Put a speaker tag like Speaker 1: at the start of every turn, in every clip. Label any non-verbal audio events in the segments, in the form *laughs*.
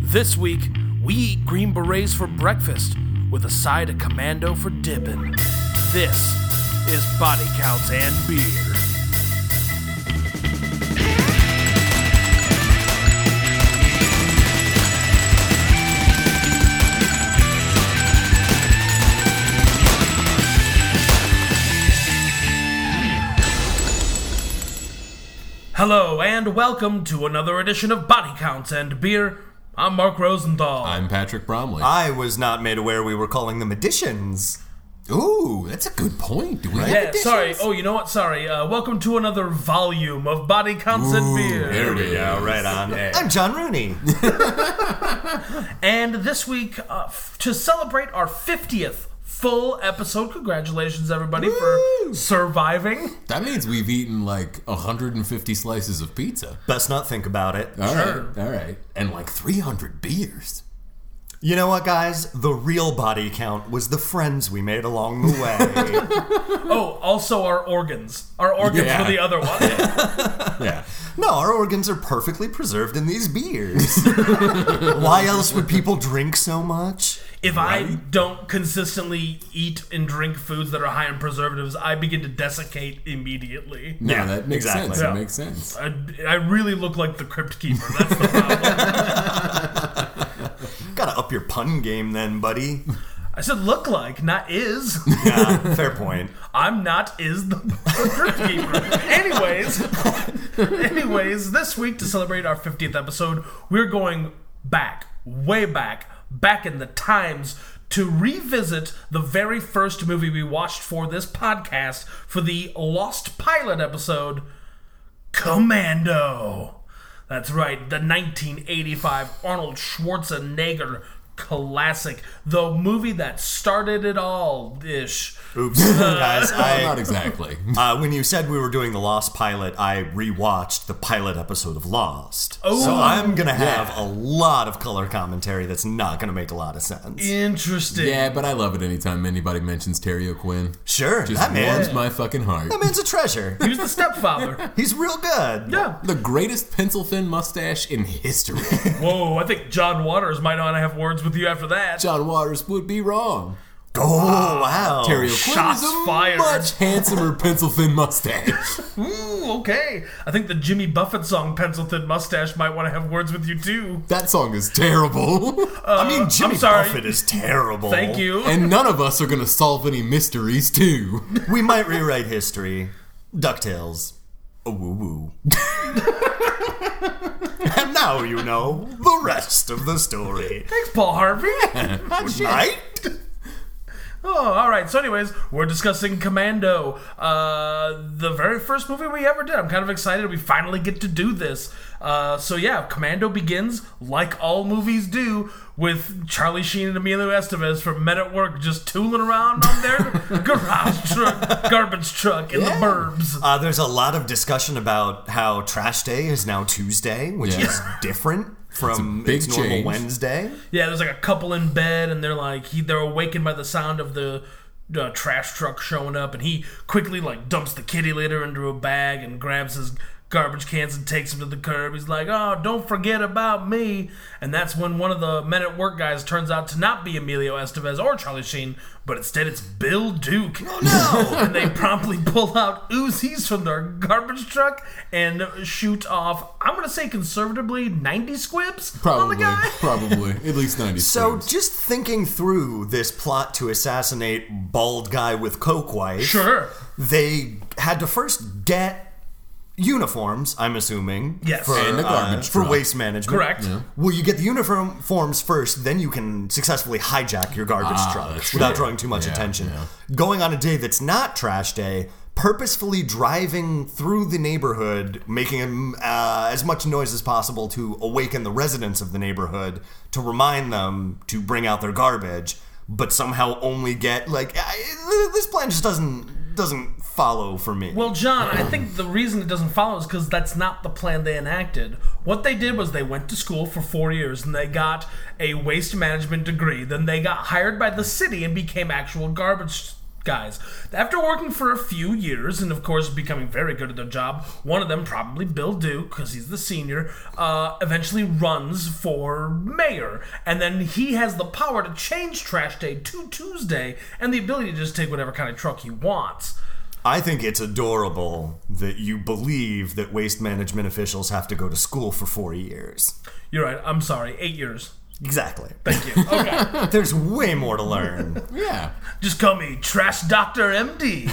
Speaker 1: This week, we eat Green Berets for breakfast with a side of commando for dipping. This is Body Counts and Beer. Hello, and welcome to another edition of Body Counts and Beer. I'm Mark Rosenthal.
Speaker 2: I'm Patrick Bromley.
Speaker 3: I was not made aware we were calling them additions.
Speaker 2: Ooh, that's a good point. Do we have
Speaker 1: yeah,
Speaker 2: additions?
Speaker 1: sorry. Oh, you know what? Sorry. Uh, welcome to another volume of Body Counts and Beer.
Speaker 2: There we go. Right on.
Speaker 3: *laughs* I'm John
Speaker 2: *laughs*
Speaker 3: Rooney.
Speaker 1: And this week, uh, f- to celebrate our 50th full episode, congratulations everybody for surviving.
Speaker 2: That means we've eaten like 150 slices of pizza.
Speaker 3: Best not think about it.
Speaker 2: All right,
Speaker 1: Sure.
Speaker 2: All right. And like
Speaker 1: *laughs*
Speaker 2: 300 beers.
Speaker 3: You know what, guys? The real body count was the friends we made along the
Speaker 2: *laughs*
Speaker 3: way.
Speaker 1: Oh, also our organs. Our organs
Speaker 2: Yeah.
Speaker 1: were the other
Speaker 2: *laughs*
Speaker 1: one.
Speaker 2: Yeah.
Speaker 3: no, our organs are perfectly preserved in these beers. *laughs* Why else would people drink so much?
Speaker 1: if I don't consistently eat and drink foods that are high in preservatives, I begin to desiccate immediately.
Speaker 2: No,
Speaker 3: Yeah,
Speaker 2: that makes
Speaker 3: exactly.
Speaker 2: sense.
Speaker 1: Yeah.
Speaker 2: That makes sense.
Speaker 1: I, I really look like the Crypt Keeper. That's the
Speaker 2: *laughs*
Speaker 1: problem.
Speaker 3: Gotta up your pun game then, buddy.
Speaker 1: I said look like, not is.
Speaker 3: Yeah, fair point.
Speaker 1: I'm not is the Crypt Keeper. anyways, anyways, this week to celebrate our 50th episode, we're going back, way back, back in the times to revisit the very first movie we watched for this podcast for the Lost Pilot episode, Commando. That's right, the 1985 Arnold Schwarzenegger classic, the movie that started it all ish.
Speaker 2: *laughs*
Speaker 3: Oops, guys.
Speaker 2: Not
Speaker 3: *laughs* I,
Speaker 2: exactly.
Speaker 3: uh, when you said we were doing the Lost pilot, I rewatched the pilot episode of Lost. Oh, so I'm gonna have a lot of color commentary that's not gonna make a lot of sense.
Speaker 1: Interesting.
Speaker 2: Yeah, but I love it anytime anybody mentions Terry O'Quinn.
Speaker 3: Sure,
Speaker 2: Just
Speaker 3: that man.
Speaker 2: warms my fucking heart.
Speaker 3: That man's
Speaker 1: *laughs*
Speaker 3: a treasure.
Speaker 1: He was the
Speaker 2: *laughs*
Speaker 1: stepfather.
Speaker 3: He's real good.
Speaker 1: Yeah.
Speaker 2: The greatest pencil thin mustache in history.
Speaker 3: *laughs*
Speaker 1: Whoa, I think John Waters might not have words with you after that.
Speaker 2: John Waters would be wrong.
Speaker 3: Oh wow.
Speaker 2: Terry O'Quinn
Speaker 1: shots
Speaker 2: is a
Speaker 1: fired.
Speaker 2: much handsomer pencil thin
Speaker 3: *laughs*
Speaker 2: mustache.
Speaker 1: Ooh, okay. I think the Jimmy Buffett song Pencil Thin Mustache might want to have words with you too.
Speaker 2: That song is terrible. *laughs*
Speaker 3: I mean, Jimmy
Speaker 1: Uh, sorry.
Speaker 3: Buffett is terrible.
Speaker 1: Thank you.
Speaker 2: and none of us are going to solve any
Speaker 1: *laughs*
Speaker 2: mysteries, too.
Speaker 1: Oh
Speaker 3: We might rewrite history. Ducktales. A
Speaker 1: *laughs*
Speaker 3: woo woo. and now you know the rest of the story.
Speaker 1: Thanks, Paul
Speaker 2: *laughs*
Speaker 1: Harvey.
Speaker 3: Right?
Speaker 1: Oh, all right. So, anyways, we're discussing Commando, uh, the very first movie we ever did. I'm kind of excited we finally get to do this. Uh, so, yeah, Commando begins like all movies do with Charlie Sheen and Emilio Estevez from Men at Work just tooling around on their garage truck, garbage truck in the burbs.
Speaker 3: Uh, there's a lot of discussion about how Trash Day is now Tuesday, which
Speaker 2: Yeah.
Speaker 3: is different from
Speaker 2: big
Speaker 3: its normal
Speaker 2: change.
Speaker 3: Wednesday.
Speaker 1: Yeah, there's like a couple in bed, and they're like he, they're awakened by the sound of the uh, trash truck showing up, and he quickly like dumps the kitty litter into a bag and grabs his garbage cans and takes them to the curb. He's like, "Oh, don't forget about me." And that's when one of the men at work guys turns out to not be Emilio Estevez or Charlie Sheen, but instead it's Bill Duke. Oh no! *laughs* and they promptly pull out Uzis from their garbage truck and shoot off. I'm gonna say conservatively 90 squibs on the
Speaker 2: Probably.
Speaker 1: guy. *laughs*
Speaker 2: Probably. At least 90
Speaker 3: So,
Speaker 2: squibs.
Speaker 3: just thinking through this plot to assassinate bald guy with coke wife,
Speaker 1: Sure.
Speaker 3: they had to first get uniforms. I'm assuming,
Speaker 1: Yes.
Speaker 3: for, uh,
Speaker 2: And a garbage
Speaker 3: for
Speaker 2: truck.
Speaker 3: waste management,
Speaker 1: Correct. Yeah.
Speaker 3: Well, you get the uniform forms first, then you can successfully hijack your garbage
Speaker 2: Ah,
Speaker 3: truck
Speaker 2: that's
Speaker 3: without
Speaker 2: right.
Speaker 3: drawing too much
Speaker 2: Yeah,
Speaker 3: attention.
Speaker 2: yeah.
Speaker 3: Going on a day that's not trash day. Purposefully driving through the neighborhood, making um, uh, as much noise as possible to awaken the residents of the neighborhood to remind them to bring out their garbage, but somehow only get like I, this plan just doesn't doesn't follow for me.
Speaker 1: Well, John, I think the reason it doesn't follow is because that's not the plan they enacted. What they did was they went to school for four years and they got a waste management degree. Then they got hired by the city and became actual garbage guys. After working for a few years and, of course, becoming very good at their job, one of them, probably Bill Duke, because he's the senior, uh, eventually runs for mayor. And then he has the power to change trash day to Tuesday and the ability to just take whatever kind of truck he wants.
Speaker 3: I think it's adorable that you believe that waste management officials have to go to school for four years.
Speaker 1: You're right. I'm sorry. Eight years.
Speaker 3: Exactly.
Speaker 1: Thank you.
Speaker 2: *laughs*
Speaker 1: Okay.
Speaker 3: *laughs* There's way more to learn.
Speaker 2: Yeah.
Speaker 1: Just call me Trash Doctor
Speaker 2: *laughs*
Speaker 1: MD.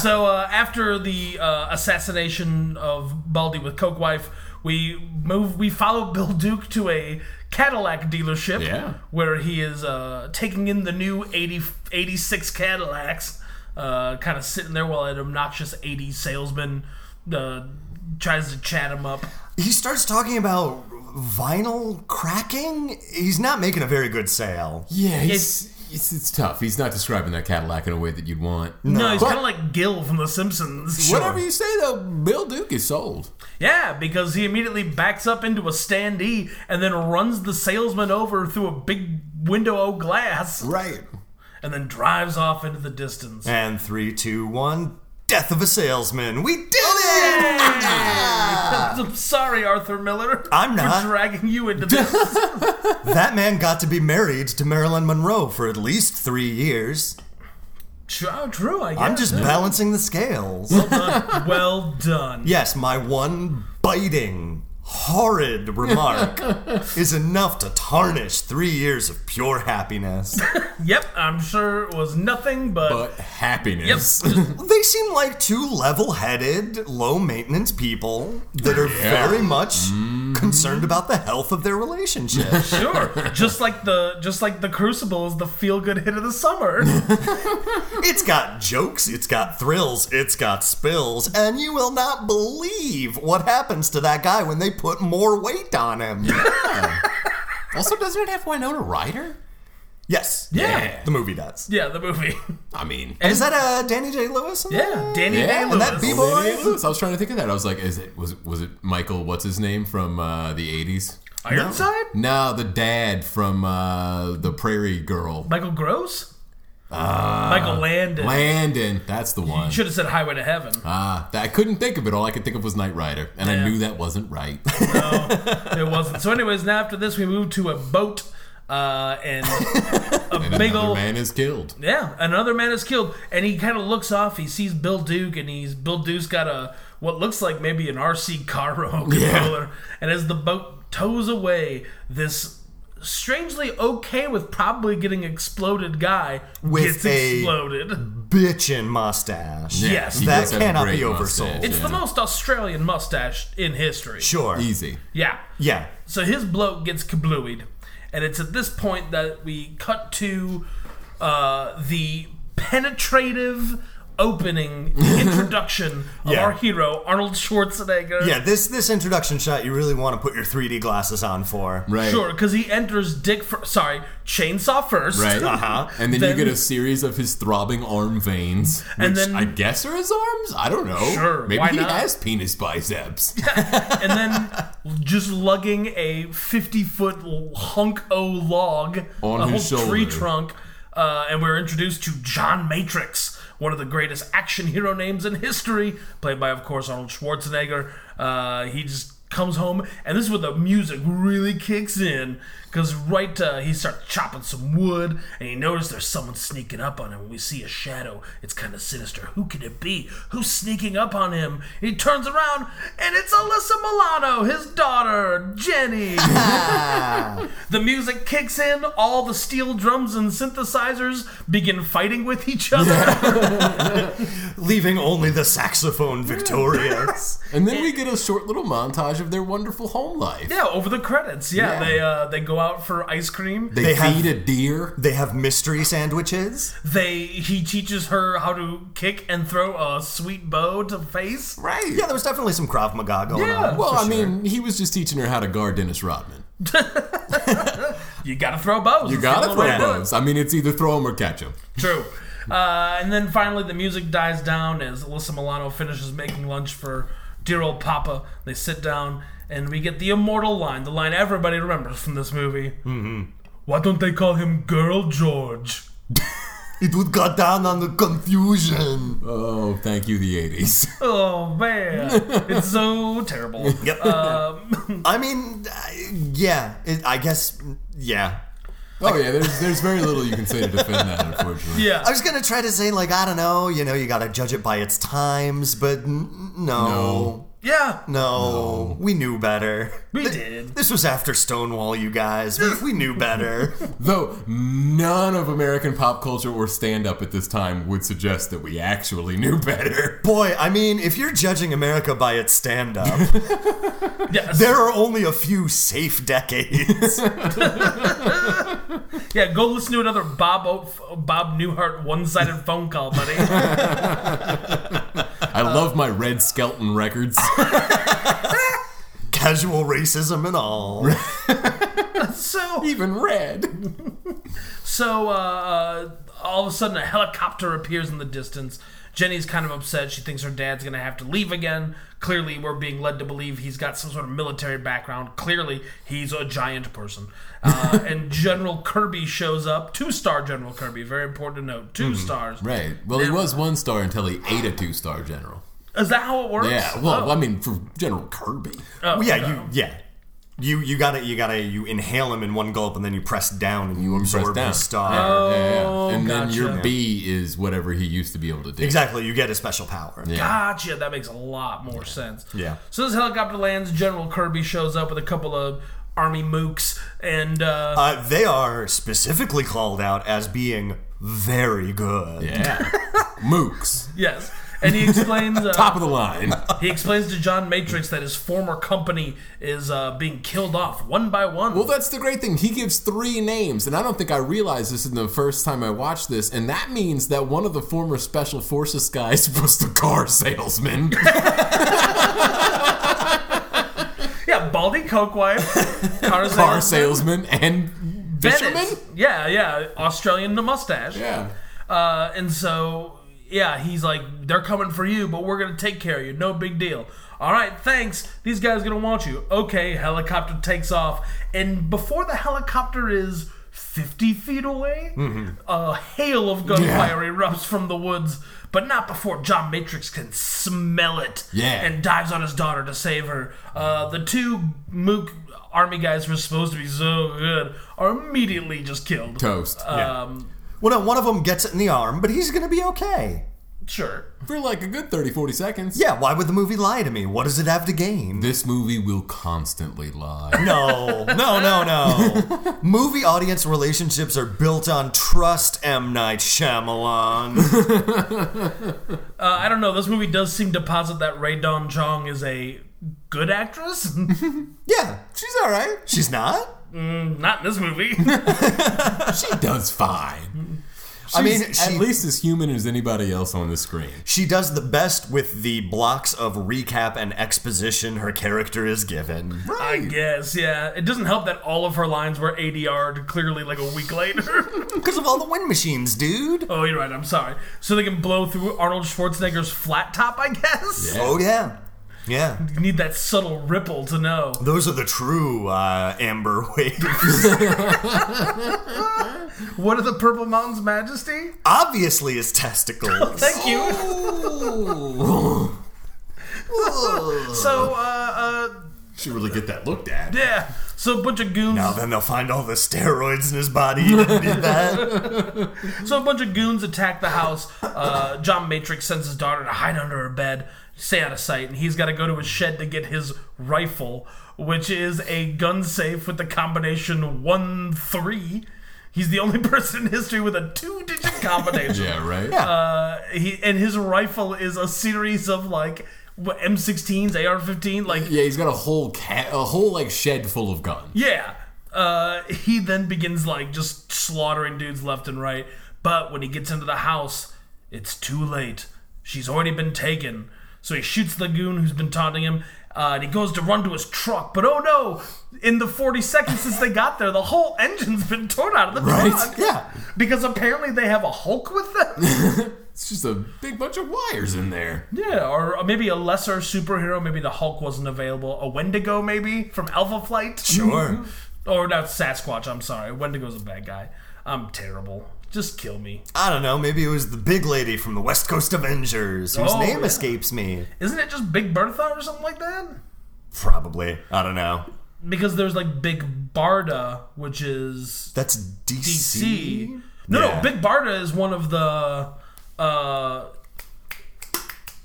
Speaker 1: so uh, after the uh, assassination of Baldy with Coke Wife, we move. We follow Bill Duke to a Cadillac dealership,
Speaker 2: Yeah.
Speaker 1: where he is uh, taking in the new 80, 86 Cadillacs. Uh, kind of sitting there while an obnoxious 80 salesman uh, tries to chat him up.
Speaker 3: he starts talking about vinyl cracking. He's not making a very good sale.
Speaker 2: Yeah, he's, it's, it's tough. He's not describing that Cadillac in a way that you'd want.
Speaker 1: No, he's
Speaker 2: But-
Speaker 1: kind of like Gil from The Simpsons.
Speaker 2: Whatever you say, though, Bill Duke is sold.
Speaker 1: Yeah, because he immediately backs up into a standee and then runs the salesman over through a big window of glass
Speaker 2: Right.
Speaker 1: and then drives off into the distance.
Speaker 3: And three, two, one. Death of a salesman. We did it.
Speaker 1: I'm *laughs* sorry, Arthur Miller.
Speaker 3: *laughs* I'm not.
Speaker 1: For dragging you
Speaker 3: *laughs*
Speaker 1: into this.
Speaker 3: That man got to be married to Marilyn Monroe for at least three years.
Speaker 1: True, true, I guess.
Speaker 3: I'm just balancing the scales.
Speaker 1: Uh, well done.
Speaker 3: yes, my one biting, horrid remark is enough to tarnish three years of pure happiness.
Speaker 1: Yep, I'm sure it was nothing but.
Speaker 2: But happiness.
Speaker 3: They seem like two level headed, low maintenance people that are very much
Speaker 1: Mm-hmm.
Speaker 3: concerned about the health of their relationship.
Speaker 1: *laughs* *laughs* Sure, just like the just like the Crucible is the feel good hit of the summer. *laughs*
Speaker 3: it's got jokes, it's got thrills, it's got spills, and you will not believe what happens to that guy when they put more weight on him.
Speaker 2: also, doesn't it have Winona Ryder?
Speaker 3: yes.
Speaker 1: Yeah.
Speaker 3: The movie does.
Speaker 1: yeah, the movie. *laughs*
Speaker 2: I mean,
Speaker 3: Is that uh, Danny J. Lewis? in that?
Speaker 1: Yeah, Danny
Speaker 2: Yeah,
Speaker 1: Day-Lewis.
Speaker 2: and
Speaker 3: that B-boy-
Speaker 2: Olivia Lewis. I was trying to think of that. I was like, is it was it, was it Michael? What's his name from uh, the '80s?
Speaker 1: Ironside?
Speaker 2: No, the dad from uh, the Prairie Girl,
Speaker 1: Michael Gross?
Speaker 3: Uh,
Speaker 1: Michael Landon.
Speaker 2: Landon. That's the one.
Speaker 1: You should have said Highway to Heaven.
Speaker 2: Ah, that- I couldn't think of it. All I could think of was Knight Rider, and
Speaker 1: Yeah.
Speaker 2: I knew that wasn't right.
Speaker 1: It wasn't. So, anyways, now after this, we move to a boat uh,
Speaker 2: *laughs*
Speaker 1: and a
Speaker 2: And
Speaker 1: big
Speaker 2: *laughs* another
Speaker 1: old.
Speaker 2: man is killed.
Speaker 1: Yeah, another man is killed, and he kind of looks off. He sees Bill Duke, and he's Bill Duke's got a what looks like maybe an RC car *laughs* remote
Speaker 2: Yeah.
Speaker 1: controller. And as the boat tows away, this strangely okay with probably getting exploded guy
Speaker 3: With
Speaker 1: gets
Speaker 3: a-
Speaker 1: exploded.
Speaker 3: Bitchin' mustache.
Speaker 2: Yeah,
Speaker 1: Yes,
Speaker 2: he
Speaker 3: that
Speaker 2: does have a
Speaker 3: cannot
Speaker 2: great
Speaker 3: be
Speaker 2: mustache,
Speaker 3: oversold.
Speaker 1: It's
Speaker 2: yeah.
Speaker 1: the most Australian mustache in history.
Speaker 3: Sure.
Speaker 2: easy.
Speaker 1: Yeah.
Speaker 3: Yeah.
Speaker 1: So his bloke gets kablooied, and it's at this point that we cut to uh, the penetrative
Speaker 2: *laughs*
Speaker 1: opening introduction of
Speaker 3: Yeah.
Speaker 1: our hero Arnold Schwarzenegger.
Speaker 3: Yeah, this this introduction shot you really want to put your 3D glasses on for.
Speaker 2: Right.
Speaker 1: sure, because he enters Dick. Fir- sorry, chainsaw first.
Speaker 2: Right.
Speaker 3: Uh-huh.
Speaker 2: And then,
Speaker 1: Then-
Speaker 2: you get a series of his throbbing arm veins, which
Speaker 1: And then-
Speaker 2: I guess are his arms. I don't know.
Speaker 1: Sure,
Speaker 2: Maybe
Speaker 1: why
Speaker 2: he
Speaker 1: not?
Speaker 2: has
Speaker 1: *laughs*
Speaker 2: penis biceps.
Speaker 1: *laughs* and then just lugging a 50 foot hunk o log
Speaker 2: On
Speaker 1: a
Speaker 2: his
Speaker 1: whole
Speaker 2: shoulder.
Speaker 1: tree trunk uh, and we're introduced to john matrix one of the greatest action hero names in history played by of course arnold schwarzenegger uh, he just comes home and this is where the music really kicks in because right uh, he starts chopping some wood and he notices there's someone sneaking up on him we see a shadow it's kind of sinister who could it be who's sneaking up on him he turns around and it's alyssa milano his daughter jenny *laughs* the music kicks in all the steel drums and synthesizers begin fighting with each other
Speaker 3: Leaving only the
Speaker 1: *laughs*
Speaker 3: saxophone victorious.
Speaker 2: And then we get a short little montage of their wonderful home life.
Speaker 1: *laughs* yeah over the credits yeah,
Speaker 2: Yeah.
Speaker 1: they uh, they go out for ice cream
Speaker 2: They,
Speaker 3: They have-
Speaker 2: feed a deer.
Speaker 3: they have mystery sandwiches.
Speaker 1: They he teaches her how to kick and throw a sweet bow to face.
Speaker 2: Right.
Speaker 3: Yeah, there was definitely some Krav Maga going
Speaker 1: Yeah.
Speaker 3: on.
Speaker 2: Well, I mean, he was just teaching her how to guard Dennis Rodman.
Speaker 1: You gotta throw bows.
Speaker 2: You gotta throw
Speaker 3: Yeah.
Speaker 2: those. I mean, it's either throw them or catch them.
Speaker 1: True. Uh, and then finally, the music dies down as Alyssa Milano finishes making lunch for dear old Papa. They sit down, and we get the immortal line, the line everybody remembers from this movie. Mm-hmm. Why don't they call him Girl George?
Speaker 3: It would cut down on the confusion.
Speaker 2: Oh, thank you, the 80s.
Speaker 1: Oh man, it's so terrible.
Speaker 3: *laughs* Yep.
Speaker 1: Um.
Speaker 3: I mean, I- yeah. It, I guess, yeah.
Speaker 2: *laughs* Oh, yeah, there's, there's very little you can say to defend that, unfortunately.
Speaker 1: Yeah,
Speaker 3: I was gonna try to say like I don't know, you know, you gotta judge it by its times, but n- no,
Speaker 2: No.
Speaker 1: yeah.
Speaker 3: no, we knew better.
Speaker 1: We
Speaker 3: Th-
Speaker 1: did.
Speaker 3: This was after Stonewall, you guys. We,
Speaker 1: *laughs*
Speaker 3: we knew better.
Speaker 2: Though none of American pop culture or stand up at this time would suggest that we actually knew better.
Speaker 3: Boy, I mean, if you're judging America by its stand-up,
Speaker 1: Yeah,
Speaker 3: there are only a few safe
Speaker 2: *laughs*
Speaker 3: decades.
Speaker 1: yeah. Go listen to another Bob o- Bob Newhart one-sided phone call, buddy.
Speaker 2: *laughs* I
Speaker 1: Uh,
Speaker 2: love my Red
Speaker 1: *laughs*
Speaker 2: Skeleton records.
Speaker 3: Casual racism and all.
Speaker 2: Oh,
Speaker 1: so
Speaker 2: Even red.
Speaker 1: So uh, uh, all of a sudden, a helicopter appears in the distance. Jenny's kind of upset. She thinks her dad's going to have to leave again. Clearly, we're being led to believe he's got some sort of military background. Clearly, he's a giant person. Uh,
Speaker 2: *laughs*
Speaker 1: and General Kirby shows up. Two star General Kirby. Very important to note. 2 stars.
Speaker 2: Hmm, Right. Well, he was one star until he ate a two star general.
Speaker 1: Is that how it works?
Speaker 2: Yeah.
Speaker 1: Oh.
Speaker 2: Well, I mean, for General Kirby.
Speaker 1: Oh,
Speaker 3: yeah, you yeah. You you gotta you gotta you inhale them in one gulp and then you press down and you absorb the
Speaker 2: down. Oh.
Speaker 3: star.
Speaker 2: Yeah, yeah. And then
Speaker 1: Oh, gotcha.
Speaker 2: your B is whatever he used to be able to do.
Speaker 3: Exactly, you get a special power.
Speaker 1: Gotcha. That makes a lot more sense.
Speaker 3: Yeah.
Speaker 1: So this helicopter lands. General Kirby shows up with a couple of army mooks and uh,
Speaker 3: Uh, they are specifically called out as being very good.
Speaker 2: Yeah. *laughs* Mooks.
Speaker 1: Yes. And he explains. Uh,
Speaker 2: *laughs* Top of the line.
Speaker 1: he explains to John Matrix that his former company is uh, being killed off one by one.
Speaker 2: Well, that's the great thing. He gives three names, and I don't think I realized this in the first time I watched this, and that means that one of the former Special Forces guys *laughs* was the car *laughs* salesman.
Speaker 1: yeah, Baldy Coke
Speaker 2: *laughs*
Speaker 1: wife, car,
Speaker 2: car salesman and fisherman?
Speaker 1: Bennett. Yeah, yeah, Australian the mustache.
Speaker 2: Yeah.
Speaker 1: Uh, and so, yeah, he's like, they're coming for you, but we're gonna take care of you. No big deal. All right, thanks. These guys gonna want you. Okay, helicopter takes off, and before the helicopter is. 50 feet away, a hail of gunfire erupts from the woods, but not before John Matrix can smell it
Speaker 2: Yeah.
Speaker 1: and dives on his daughter to save her. Uh, the two Mook army guys who are supposed to be so good are immediately just killed.
Speaker 2: Toast.
Speaker 1: Um,
Speaker 3: Well, no, one of them gets it in the arm, but he's going to be okay.
Speaker 1: sure.
Speaker 2: For like a good 30, 40 seconds.
Speaker 3: Yeah, why would the movie lie to me? What does it have to gain?
Speaker 2: This movie will constantly lie.
Speaker 3: No, no, no, *laughs* no. movie audience relationships are built on trust, M. Night Shyamalan.
Speaker 1: Uh, I don't know. This movie does seem to posit that Ray Dawn Jong is a good actress.
Speaker 3: *laughs*
Speaker 1: *laughs*
Speaker 3: yeah,
Speaker 2: *laughs* She's all right.
Speaker 3: she's not?
Speaker 1: Not in this movie.
Speaker 2: She does fine.
Speaker 3: I mean,
Speaker 2: She's
Speaker 3: she-
Speaker 2: at least as human as anybody else on the screen.
Speaker 3: She does the best with the blocks of recap and exposition her character is given.
Speaker 1: I guess. Yeah. It doesn't help that all of her lines were ADR'd clearly like a week later. *laughs*
Speaker 3: Because of all the wind machines, dude.
Speaker 1: oh, you're right. I'm sorry. So they can blow through Arnold Schwarzenegger's flat top. I guess.
Speaker 2: Yeah.
Speaker 3: Oh, yeah. Yeah.
Speaker 1: You need that subtle ripple to know.
Speaker 3: Those are the true uh, amber waves.
Speaker 1: What are the Purple Mountains, Majesty?
Speaker 3: *laughs* Obviously, his testicles.
Speaker 1: Oh, Thank you.
Speaker 3: Oh.
Speaker 1: So, uh, uh,
Speaker 2: Should really get that looked at.
Speaker 1: yeah. So a bunch of goons.
Speaker 3: now then, they'll find all the steroids in his body. He didn't
Speaker 1: *laughs*
Speaker 3: need that.
Speaker 1: So a bunch of goons attack the house. Uh, John Matrix sends his daughter to hide under her bed, stay out of sight, and he's got to go to his shed to get his rifle, which is a gun safe with the combination one three. He's the only *laughs* person in history with a two-digit combination.
Speaker 2: Yeah, right?
Speaker 1: Uh, he and his rifle is a series of like what, M16s, AR-15, like
Speaker 2: Yeah, he's got a whole ca- a whole like shed full of guns.
Speaker 1: Yeah. Uh, he then begins like just slaughtering dudes left and right. But when he gets into the house, it's too late. She's already been taken. So he shoots the goon who's been taunting him, uh, and he goes to run to his truck. But oh no! In the 40 seconds since they got there, the whole engine's been torn out of the
Speaker 2: Right?
Speaker 1: truck.
Speaker 3: Yeah.
Speaker 1: Because apparently they have a Hulk with them.
Speaker 2: It's just a big bunch of wires in there.
Speaker 1: yeah, or maybe a lesser superhero. Maybe the Hulk wasn't available. A Wendigo, maybe from Alpha Flight.
Speaker 3: Sure.
Speaker 1: Or not Sasquatch, I'm sorry. Wendigo's a bad guy. I'm terrible. Just kill me.
Speaker 3: I don't know. Maybe it was the big lady from the West Coast Avengers whose
Speaker 1: Oh,
Speaker 3: name
Speaker 1: yeah.
Speaker 3: escapes me.
Speaker 1: Isn't it just Big Bertha or something like that?
Speaker 3: Probably. I don't know.
Speaker 1: Because there's like Big Barda, which is
Speaker 3: That's DC.
Speaker 1: DC. No,
Speaker 3: E Yeah.
Speaker 1: no, Big Barda is one of the uh,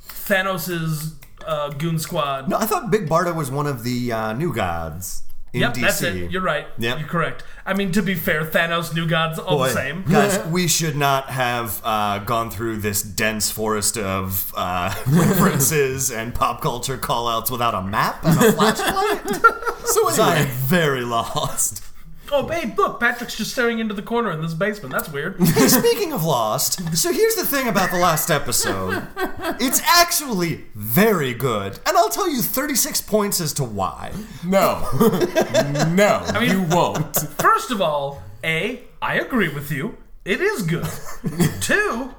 Speaker 1: Thanos's uh, goon squad.
Speaker 3: No, I thought Big Barda was one of the uh, new gods in
Speaker 1: yep,
Speaker 3: DC.
Speaker 1: that's it. You're right.
Speaker 3: Yep.
Speaker 1: You're correct. I mean, to be fair, Thanos, New Gods, all
Speaker 3: Boy,
Speaker 1: the same.
Speaker 3: *laughs* Guys, we should not have uh, gone through this dense forest of uh, *laughs* references and pop culture call outs without a map and a
Speaker 1: *laughs*
Speaker 3: flashlight.
Speaker 2: So
Speaker 3: I'm
Speaker 2: anyway,
Speaker 3: *laughs* very lost.
Speaker 1: Oh, babe, look, Patrick's just staring into the corner in this basement. That's weird.
Speaker 3: Hey, speaking of Lost, so here's the thing about the last episode. It's actually very good, and I'll tell you 36 points as to why.
Speaker 2: no, *laughs* no, you won't.
Speaker 1: First of all, A, I agree with you. It is good. Two,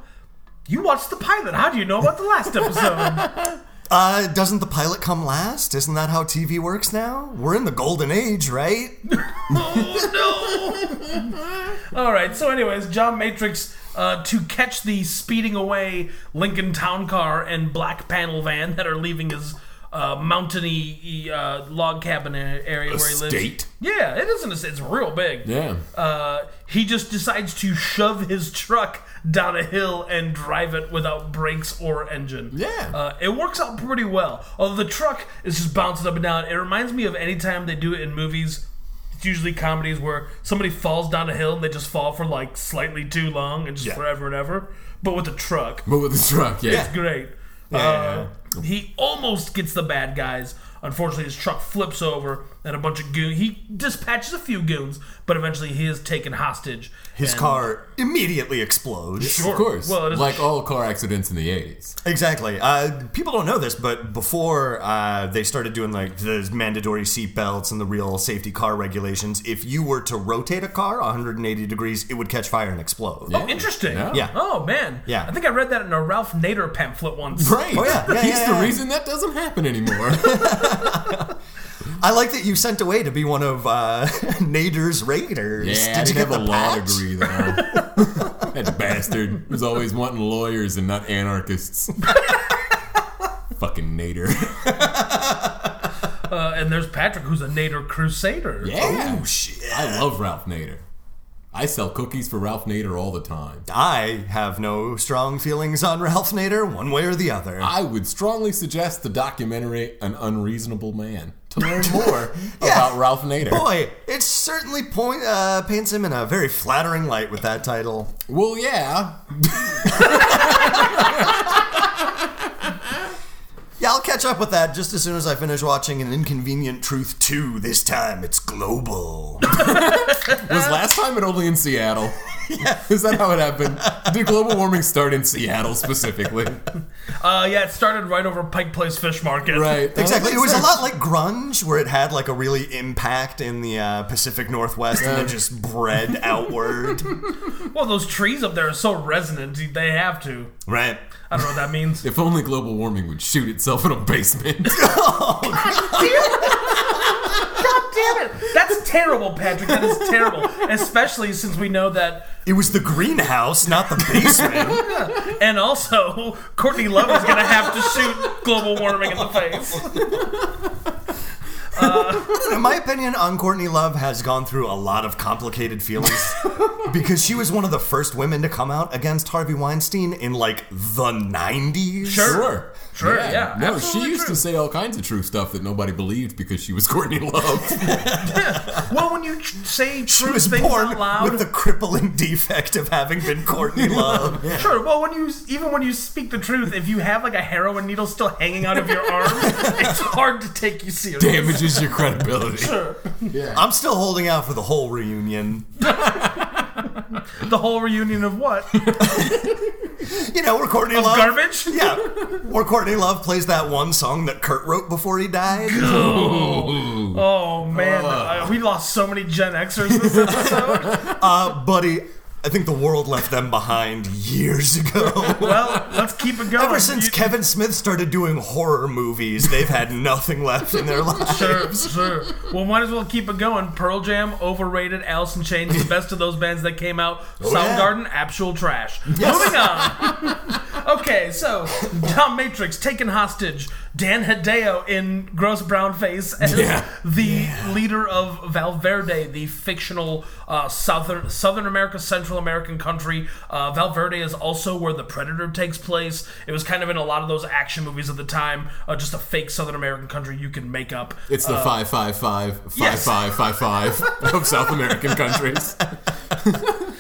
Speaker 1: you watched the pilot. How do you know about the last episode?
Speaker 3: Uh, doesn't the pilot come last? Isn't that how TV works now? We're in the golden age, right?
Speaker 1: oh, no! *laughs* all right, so, anyways, John Matrix. Uh, to catch the speeding away Lincoln Town Car and black panel van that are leaving his uh, mountainy uh, log cabin a- area where he lives.
Speaker 2: Estate.
Speaker 1: Yeah, it isn't. A, it's real big.
Speaker 2: Yeah.
Speaker 1: uh, he just decides to shove his truck down a hill and drive it without brakes or engine.
Speaker 2: Yeah.
Speaker 1: Uh, it works out pretty well. Although the truck is just bouncing up and down. It reminds me of any time they do it in movies. It's usually comedies where somebody falls down a hill and they just fall for like slightly too long and just forever and ever. But with a truck,
Speaker 2: But with the truck, yeah.
Speaker 1: great. Uh, he almost gets the bad guys. Unfortunately, his truck flips over, and a bunch of goons. He dispatches a few goons, but eventually he is taken hostage.
Speaker 3: His car immediately explodes.
Speaker 1: Sure.
Speaker 2: Of course.
Speaker 1: Well, it is
Speaker 2: like all car accidents in the 80s.
Speaker 3: Exactly. Uh, people don't know this, but before uh, they started doing like the mandatory seatbelts and the real safety car regulations, if you were to rotate a car 180 degrees, it would catch fire and explode.
Speaker 1: oh, interesting.
Speaker 2: Yeah.
Speaker 3: Yeah.
Speaker 1: Oh man.
Speaker 3: Yeah.
Speaker 1: I think I read that in a Ralph Nader pamphlet once.
Speaker 2: Right.
Speaker 3: Oh, yeah. Yeah,
Speaker 2: He's
Speaker 3: yeah,
Speaker 2: the
Speaker 3: yeah.
Speaker 2: reason that doesn't happen anymore.
Speaker 3: I like that you sent away to be one of uh, *laughs* Nader's raiders.
Speaker 2: yeah, I
Speaker 3: Did you
Speaker 2: didn't
Speaker 3: get
Speaker 2: have a
Speaker 3: the
Speaker 2: law
Speaker 3: patch?
Speaker 2: degree, though. that bastard was always wanting lawyers and not anarchists. Fucking Nader.
Speaker 1: Uh, and there's Patrick, who's a Nader crusader.
Speaker 2: Yeah.
Speaker 3: Oh shit!
Speaker 2: I love Ralph Nader. I sell cookies for Ralph Nader all the time.
Speaker 3: I have no strong feelings on Ralph Nader, one way or the other.
Speaker 2: I would strongly suggest the documentary An Unreasonable Man to learn more about Ralph Nader.
Speaker 3: Boy, it certainly point, uh, paints him in a very flattering light with that title.
Speaker 2: Well, yeah.
Speaker 3: Yeah, I'll catch up with that just as soon as I finish watching An Inconvenient Truth 2. This time
Speaker 2: *laughs*
Speaker 3: it's global.
Speaker 2: Was last time it only in Seattle? Is that how it happened? Did global warming start in Seattle specifically?
Speaker 1: Uh, yeah. It started right over Pike Place Fish Market.
Speaker 2: Right.
Speaker 3: exactly. It was a
Speaker 2: Sense.
Speaker 3: lot like grunge, where it had like a really impact in the uh, Pacific Northwest and then just bred outward.
Speaker 1: *laughs*
Speaker 2: *laughs*
Speaker 1: Well, those trees up there are so resonant. They have to.
Speaker 3: Right.
Speaker 1: I don't know what that
Speaker 2: *laughs*
Speaker 1: means.
Speaker 2: If only global warming would shoot itself in a basement.
Speaker 1: Damn it! That's terrible, Patrick. That is
Speaker 2: *laughs*
Speaker 1: terrible. Especially since we know that,
Speaker 3: It was the greenhouse, not the
Speaker 1: *laughs*
Speaker 3: basement.
Speaker 1: and also Courtney Love is going to have to shoot global warming in the face.
Speaker 3: in my opinion, on Courtney Love has gone through a lot of
Speaker 1: *laughs*
Speaker 3: complicated feelings because she was one of the first women to come out against Harvey Weinstein in like the 90s.
Speaker 2: Sure.
Speaker 1: Sure, yeah,
Speaker 2: No,
Speaker 1: absolutely
Speaker 2: she used
Speaker 1: true.
Speaker 2: to say all kinds of true stuff that nobody believed because she was Courtney Love. *laughs*
Speaker 1: Well, when you tr- say
Speaker 3: She
Speaker 1: true
Speaker 3: was
Speaker 1: things
Speaker 3: born
Speaker 1: out loud,
Speaker 3: with the crippling *laughs* defect of having
Speaker 1: *laughs*
Speaker 3: been Courtney Love.
Speaker 1: sure. Well, when you even when you speak the truth, if you have like a heroin needle still hanging out of your
Speaker 3: *laughs*
Speaker 1: arm, it's hard to take you seriously.
Speaker 2: Damages your credibility.
Speaker 1: Sure.
Speaker 3: I'm still holding out for the whole reunion.
Speaker 1: The whole reunion of
Speaker 3: *laughs*
Speaker 1: what?
Speaker 3: You know, where Courtney Love.
Speaker 1: Garbage?
Speaker 3: Yeah, where Courtney Love plays that one song that Kurt wrote before he died.
Speaker 1: Oh man, uh, we lost so many Gen Xers this episode.
Speaker 3: Uh, buddy, I think the world left them behind
Speaker 1: *laughs*
Speaker 3: years ago.
Speaker 1: Well, let's keep it going.
Speaker 3: Ever since
Speaker 1: Oh, You-
Speaker 3: Kevin Smith started doing horror movies, they've had *laughs* nothing left in their lives.
Speaker 1: Sure, sure. Well, might as well keep it going. Pearl Jam, overrated. Alice in Chains, the best of those bands that came out.
Speaker 3: yeah.
Speaker 1: Soundgarden, actual trash. Moving on. okay, so Tom Matrix taken hostage. Dan Hideo in gross brown face as
Speaker 2: Yeah.
Speaker 1: the leader of Valverde, the fictional uh, southern Southern America, Central American country. Uh, Valverde is also where the Predator takes place. It was kind of in a lot of those action movies of the time, uh, just a fake Southern American country you can make up.
Speaker 2: It's
Speaker 3: Uh,
Speaker 2: the five five five five five five five
Speaker 1: yes.
Speaker 3: *laughs*
Speaker 2: of South American countries.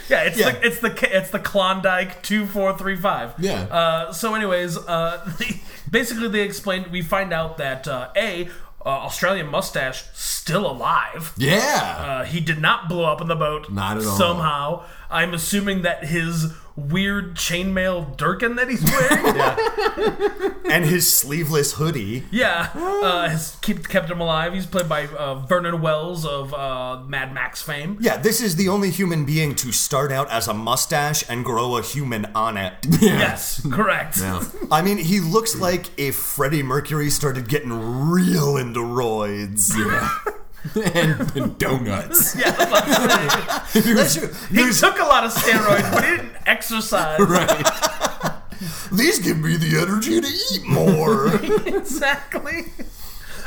Speaker 1: Yeah, it's the it's the it's the Klondike two four three five.
Speaker 2: Yeah.
Speaker 1: Uh, so, anyways, uh, *laughs* basically they explained. We find out that uh, a uh, Australian mustache still alive.
Speaker 2: Yeah.
Speaker 1: Uh, he did not blow up in the boat.
Speaker 2: Not at all.
Speaker 1: Somehow, I'm assuming that his weird chainmail durkin that he's
Speaker 2: *laughs*
Speaker 1: wearing, yeah,
Speaker 3: And his sleeveless hoodie.
Speaker 1: uh, has kept kept him alive. He's played by uh, Vernon Wells of uh, Mad Max
Speaker 2: *laughs*
Speaker 1: fame.
Speaker 3: Yeah, this is the only human being to start out as a mustache and grow a human on it.
Speaker 1: Yes, correct.
Speaker 3: I mean, he looks like if Freddie Mercury started getting real into roids. Uh.
Speaker 2: and, and donuts.
Speaker 1: *laughs* Yeah, I was about to say.
Speaker 2: *laughs*
Speaker 3: That's true.
Speaker 1: He
Speaker 3: These-
Speaker 1: took a lot of steroids, but he didn't exercise.
Speaker 2: Right.
Speaker 3: These give me the energy to eat more.
Speaker 1: *laughs* Exactly.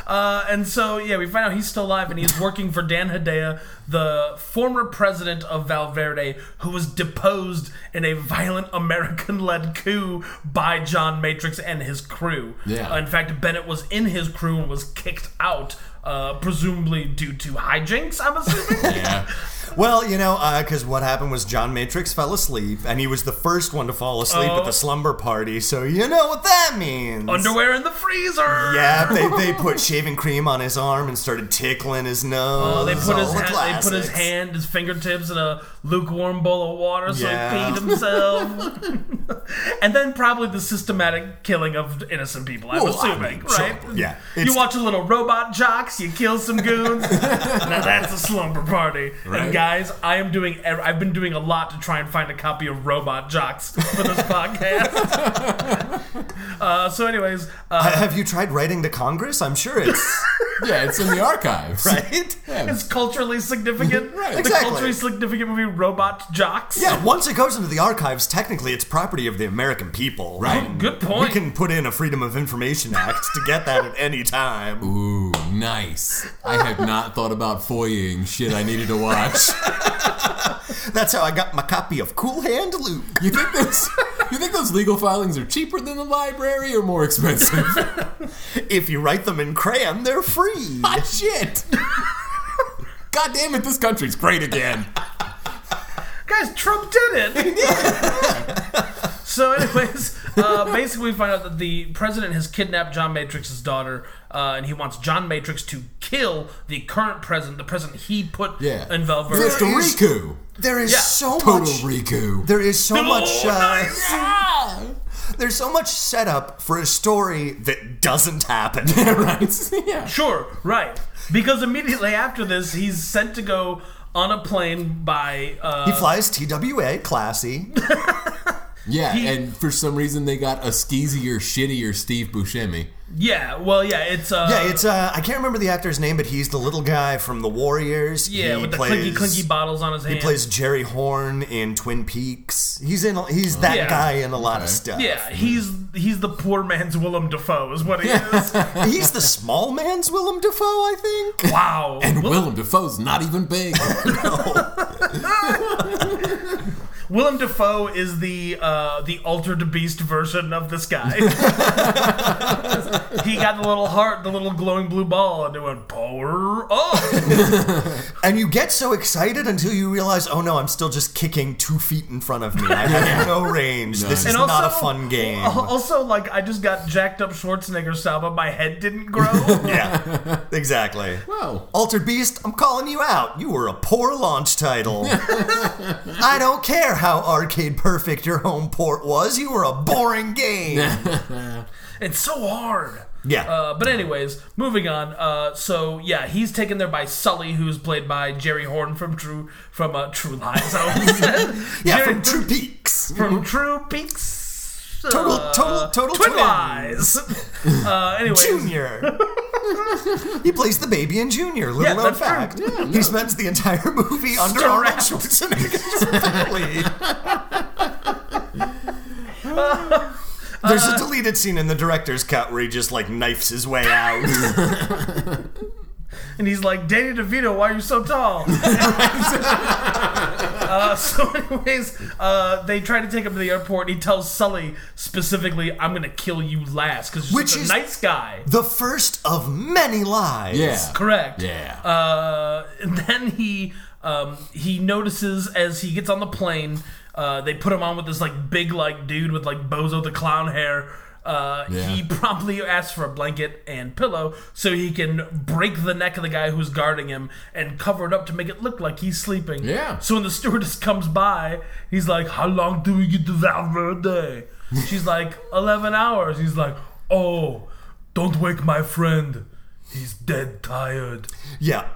Speaker 1: Uh, and so, yeah, we find out he's still alive and he's working for Dan Hedaya, the former president of Valverde, who was deposed in a violent American led coup by John Matrix and his crew.
Speaker 2: Yeah.
Speaker 1: Uh, in fact, Bennett was in his crew and was kicked out, uh, presumably due to hijinks, I'm assuming.
Speaker 2: Yeah.
Speaker 3: well, you know, because what happened was John Matrix fell asleep, and he was the first one to fall asleep
Speaker 1: Oh.
Speaker 3: at the slumber party, so you know what that means.
Speaker 1: Underwear in the freezer!
Speaker 3: Yeah, they,
Speaker 1: *laughs*
Speaker 3: they put shaving cream on his arm and started tickling his nose.
Speaker 1: Oh, they put
Speaker 3: All
Speaker 1: his
Speaker 3: the
Speaker 1: hand, they put his
Speaker 3: classics.
Speaker 1: hand, his fingertips in a lukewarm bowl of water, so
Speaker 3: Yeah.
Speaker 1: he peed himself. *laughs* and then probably the systematic killing of innocent people. I'm
Speaker 2: Well, I
Speaker 1: assuming,
Speaker 2: mean,
Speaker 1: right?
Speaker 2: sure,
Speaker 3: yeah.
Speaker 1: you
Speaker 3: It's-
Speaker 1: watch a little robot jocks, you kill some
Speaker 3: *laughs*
Speaker 1: goons. now that's a slumber party.
Speaker 2: Right.
Speaker 1: And guys, I am doing. ev- I've been doing a lot to try and find a copy of Robot Jocks for
Speaker 3: *laughs*
Speaker 1: this podcast. uh, so, anyways, uh,
Speaker 3: Uh, have you tried writing to Congress? I'm sure
Speaker 1: *laughs*
Speaker 3: it's
Speaker 2: Yeah, it's in the archives.
Speaker 3: right.
Speaker 2: Yeah.
Speaker 1: it's culturally significant.
Speaker 2: Right.
Speaker 1: The
Speaker 3: Exactly.
Speaker 1: culturally significant movie Robot Jocks.
Speaker 3: Yeah, once it goes into the archives, technically it's property of the American people.
Speaker 2: Right.
Speaker 3: Um,
Speaker 1: Good
Speaker 3: We
Speaker 1: point.
Speaker 3: can put in a Freedom of Information Act to get that at any time.
Speaker 2: Ooh, nice. I had not thought about foying shit I needed to watch.
Speaker 3: That's how I got my copy of Cool Hand Luke.
Speaker 2: You think those you think those legal filings are cheaper than the library or more expensive?
Speaker 3: *laughs* If you write them in crayon, they're free.
Speaker 2: Hot Ah, shit. God damn it, this country's great again.
Speaker 1: Guys, Trump did it.
Speaker 3: *laughs*
Speaker 1: so, anyways, uh, basically, we find out that the president has kidnapped John Matrix's daughter, uh, and he wants John Matrix to kill the current president, the president he put
Speaker 2: Yeah.
Speaker 1: in Valverde.
Speaker 2: Mr.
Speaker 3: is-
Speaker 2: Riku.
Speaker 3: There is
Speaker 1: Yeah.
Speaker 3: so
Speaker 2: Total
Speaker 3: much.
Speaker 2: Riku.
Speaker 3: There is so much.
Speaker 1: Oh,
Speaker 3: Uh,
Speaker 1: nice.
Speaker 2: Ah!
Speaker 3: There's so much setup for a story that doesn't happen.
Speaker 2: right. *laughs* *laughs* Yeah.
Speaker 1: Sure, right. Because immediately after this, he's sent to go on a plane by. Uh,
Speaker 3: He flies TWA,
Speaker 1: *laughs*
Speaker 3: classy.
Speaker 2: Yeah,
Speaker 1: He-
Speaker 2: and for some reason they got a skeezier, shittier Steve Buscemi.
Speaker 1: yeah, well, yeah, it's. Uh,
Speaker 3: Yeah, it's uh, I can't remember the actor's name, but he's the little guy from the Warriors.
Speaker 1: Yeah,
Speaker 3: He
Speaker 1: with the
Speaker 3: plays-
Speaker 1: clinky clinky bottles on his hand.
Speaker 3: He plays Jerry Horn in Twin Peaks. He's in. He's that
Speaker 1: Yeah.
Speaker 3: guy in a lot of stuff.
Speaker 1: Yeah, he's he's the poor man's Willem Dafoe, is what he is.
Speaker 3: *laughs* he's the small man's Willem Dafoe, I think.
Speaker 1: Wow.
Speaker 3: *laughs*
Speaker 2: And Willem Dafoe's not even big.
Speaker 1: Willem Dafoe is the uh, the altered beast version of this
Speaker 3: *laughs*
Speaker 1: guy. he got the little heart, the little glowing blue ball, and it went power
Speaker 3: *laughs*
Speaker 1: up.
Speaker 3: And you get so excited until you realize, oh no, I'm still just kicking two feet in front of me. I have no range. This is
Speaker 1: And also- oh.
Speaker 3: not a fun game.
Speaker 1: Al- Also, like I just got jacked up Schwarzenegger style, but my head didn't grow.
Speaker 3: *laughs* yeah, exactly.
Speaker 2: Wow.
Speaker 3: Altered Beast, I'm calling you out. You were a poor launch title. I don't care how arcade perfect your home port was. You were a boring game.
Speaker 1: it's so hard.
Speaker 3: *laughs* Yeah.
Speaker 1: Uh, but anyways, moving on. Uh, so yeah, he's taken there by Sully, who's played by Jerry Horn from True from uh, True Lies. I almost said.
Speaker 3: *laughs* yeah,
Speaker 1: Jerry-
Speaker 3: from True Peaks.
Speaker 1: from True Peaks. Uh,
Speaker 3: Total- total- total
Speaker 1: twin
Speaker 3: twins. *laughs*
Speaker 1: lies. uh, anyways,
Speaker 3: Junior. he plays the baby in Junior. Little
Speaker 1: Yeah,
Speaker 3: known
Speaker 1: that's true.
Speaker 3: fact. He spends the entire movie under Arnold Schwarzenegger's
Speaker 1: *laughs*
Speaker 3: belly. There's
Speaker 1: Uh,
Speaker 3: a deleted scene in the director's cut where he just like knifes his way out.
Speaker 1: and he's like, Danny DeVito, why are you so
Speaker 3: *laughs*
Speaker 1: tall? uh, so, anyways, uh, they try to take him to the airport. And he tells Sully specifically, "I'm gonna kill you last because you're
Speaker 3: Which
Speaker 1: such a
Speaker 3: is-
Speaker 1: nice guy."
Speaker 3: the first of many lies.
Speaker 2: Yeah.
Speaker 1: Correct.
Speaker 2: Yeah.
Speaker 1: Uh, *laughs* and then he um, he notices as he gets on the plane, uh, they put him on with this like big like dude with like bozo the clown hair. Uh,
Speaker 2: Yeah.
Speaker 1: He promptly asks for a blanket and pillow so he can break the neck of the guy who's guarding him and cover it up to make it look like he's sleeping.
Speaker 2: Yeah.
Speaker 1: So when the stewardess comes by, he's like, "How long do we get to Valverde?" She's like, "11 hours." He's like, "Oh, don't wake my friend. He's dead tired."
Speaker 3: Yeah,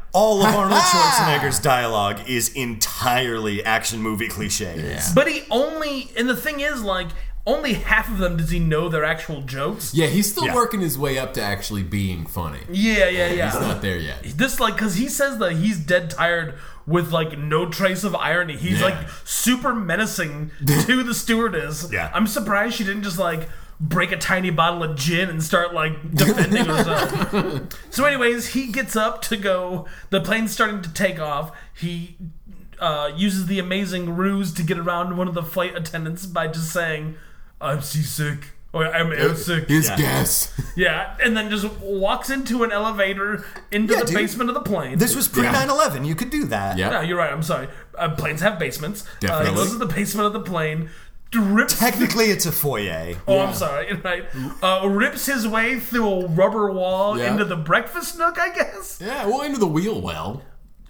Speaker 2: *laughs*
Speaker 3: all of Arnold Schwarzenegger's dialogue is entirely action movie cliches.
Speaker 1: But he only, and the thing is, like, only half of them does he know their actual jokes.
Speaker 2: Yeah, he's still
Speaker 3: Yeah.
Speaker 2: working his way up to actually being funny.
Speaker 1: Yeah, yeah,
Speaker 2: He's
Speaker 1: yeah.
Speaker 2: not there yet.
Speaker 1: This, like, because he says that he's dead tired with, like, no trace of irony. He's,
Speaker 2: Yeah.
Speaker 1: like, super menacing to the stewardess.
Speaker 3: *laughs* Yeah.
Speaker 1: I'm surprised she didn't just, like, break a tiny bottle of gin and start, like, defending herself.
Speaker 3: *laughs*
Speaker 1: so, anyways, he gets up to go. The plane's starting to take off. He. Uh, uses the amazing ruse to get around one of the flight attendants by just saying, "I'm seasick," or "I'm
Speaker 3: Uh,
Speaker 1: airsick."
Speaker 2: His
Speaker 3: Yeah.
Speaker 2: guess.
Speaker 1: Yeah, and then just walks into an elevator into
Speaker 3: Yeah,
Speaker 1: the
Speaker 3: dude.
Speaker 1: basement of the plane.
Speaker 3: This was pre
Speaker 2: Yeah.
Speaker 3: 9 11. You could do that.
Speaker 2: Yeah.
Speaker 1: no, you're right. I'm sorry. Uh, planes have basements. Uh, he
Speaker 2: Definitely.
Speaker 1: goes to the basement of the plane, rips.
Speaker 3: Technically, it's a foyer.
Speaker 1: oh, I'm sorry. *laughs* You're Right, uh, rips his way through a rubber wall
Speaker 2: Yeah.
Speaker 1: into the breakfast nook, I guess.
Speaker 2: Yeah, well, into the wheel well.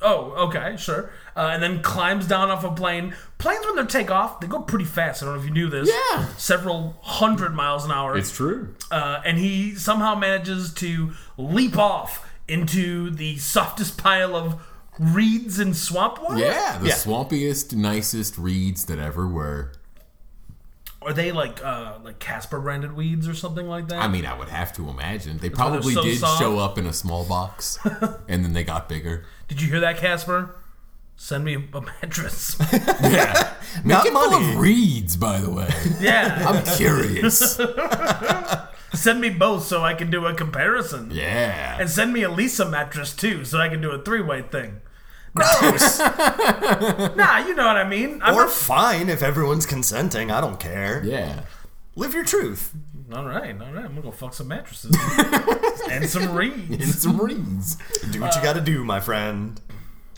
Speaker 1: Oh, okay, sure. Uh, and then climbs down off a plane. Planes when they take off, they go pretty fast. I don't know if you knew this.
Speaker 2: Yeah.
Speaker 1: several hundred miles an hour.
Speaker 2: true.
Speaker 1: uh, and he somehow manages to leap off into the softest pile of reeds and swamp water.
Speaker 2: Yeah, the
Speaker 3: Yeah.
Speaker 2: swampiest, nicest reeds that ever were.
Speaker 1: Are they like uh, like Casper branded weeds or something like that?
Speaker 2: I mean, I would have to imagine. They probably
Speaker 1: so
Speaker 2: did
Speaker 1: soft.
Speaker 2: show up in a small box and then they got bigger.
Speaker 1: Did you hear that, Casper? Send me a
Speaker 2: *laughs*
Speaker 1: mattress. *laughs*
Speaker 2: Yeah. Make
Speaker 3: Not
Speaker 2: it full
Speaker 3: money.
Speaker 2: of reeds, by the way.
Speaker 1: *laughs* yeah,
Speaker 2: I'm curious.
Speaker 1: send me both so I can do a comparison.
Speaker 2: Yeah.
Speaker 1: And send me a Lisa mattress too, so I can do a three way thing.
Speaker 3: Gross!
Speaker 1: *laughs* Nah, you know what I mean. I'm
Speaker 3: or fine if everyone's consenting. I don't care.
Speaker 1: *laughs*
Speaker 2: Yeah.
Speaker 3: Live your truth.
Speaker 1: all right, all right. I'm gonna go fuck some
Speaker 2: *laughs*
Speaker 1: mattresses and some reeds.
Speaker 2: And some reeds.
Speaker 3: Do what you gotta do, my friend.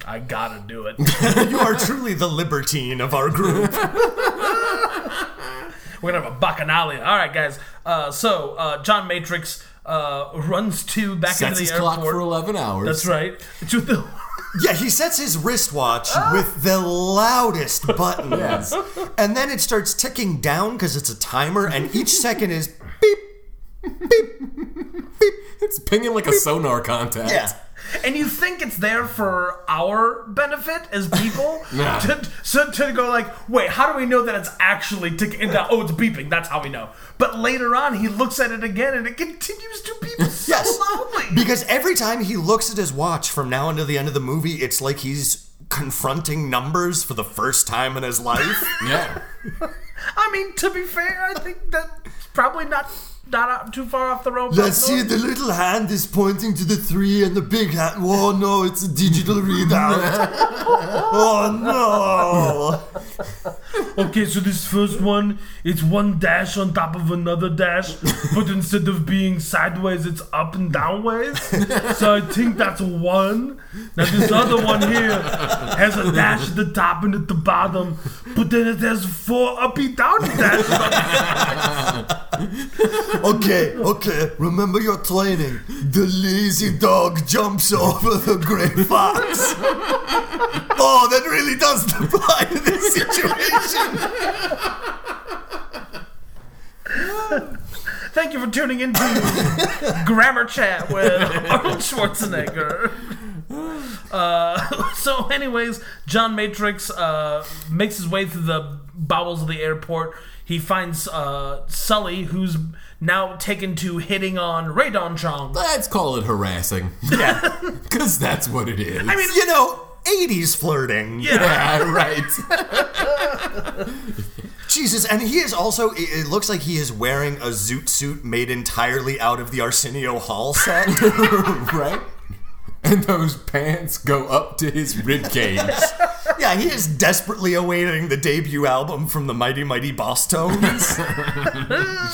Speaker 1: I gotta do it.
Speaker 3: You are truly the libertine of our group.
Speaker 1: We're gonna have a bacchanalia. All right, guys. Uh, so uh, John Matrix uh, runs to back
Speaker 2: Sets
Speaker 1: into
Speaker 2: his
Speaker 1: the
Speaker 2: clock
Speaker 1: airport.
Speaker 2: for 11 hours.
Speaker 1: That's right. It's with the
Speaker 3: yeah, he sets his wristwatch
Speaker 2: Ah!
Speaker 3: with the loudest buttons. And then it starts ticking down because it's a timer, and each second is beep.
Speaker 2: It's pinging like a sonar contact.
Speaker 3: Yeah.
Speaker 1: and you think it's there for our benefit as people
Speaker 3: *laughs*
Speaker 2: Nah.
Speaker 1: to, so to go like, wait, how do we know that it's actually ticking? And, uh, oh, it's beeping. That's how we know. But later on, he looks at it again, and it continues to beep so
Speaker 3: *laughs* Yes.
Speaker 1: loudly.
Speaker 3: Because every time he looks at his watch from now until the end of the movie, it's like he's confronting numbers for the first time in his *laughs* life.
Speaker 2: Yeah.
Speaker 1: I mean, to be fair, I think that's probably not not out, too far off the road.
Speaker 3: Let's see, the little hand is pointing to the three, and the big hand. Oh no, it's a digital *laughs* readout. oh no.
Speaker 1: Okay, so this first one, it's one dash on top of another dash, but instead of being sideways, it's up and downways. So I think that's a one. Now this other one here has a dash at the top and at the bottom, but then it has four uppy down dashes.
Speaker 3: Okay, okay, remember your training. The lazy dog jumps over the gray fox. *laughs* Oh, that really does apply to this situation.
Speaker 1: Thank you for tuning in to *laughs* Grammar chat with Arnold Schwarzenegger. Uh, *laughs* so, anyways, John Matrix uh, makes his way through the bowels of the airport. He finds uh, Sully, who's now taken to hitting on Radon Chong.
Speaker 2: Let's call it harassing. *laughs*
Speaker 3: Yeah.
Speaker 2: Because that's what it is.
Speaker 1: I mean,
Speaker 3: you know, 80s flirting.
Speaker 1: yeah.
Speaker 2: *laughs* yeah, right. *laughs*
Speaker 3: Jesus, and he is also, it- it looks like he is wearing a zoot suit made entirely out of the Arsenio Hall set.
Speaker 2: right? And those pants go up to his rib cage.
Speaker 3: yeah, he is desperately awaiting the debut album from the Mighty Mighty Boss
Speaker 2: He's
Speaker 3: Tones.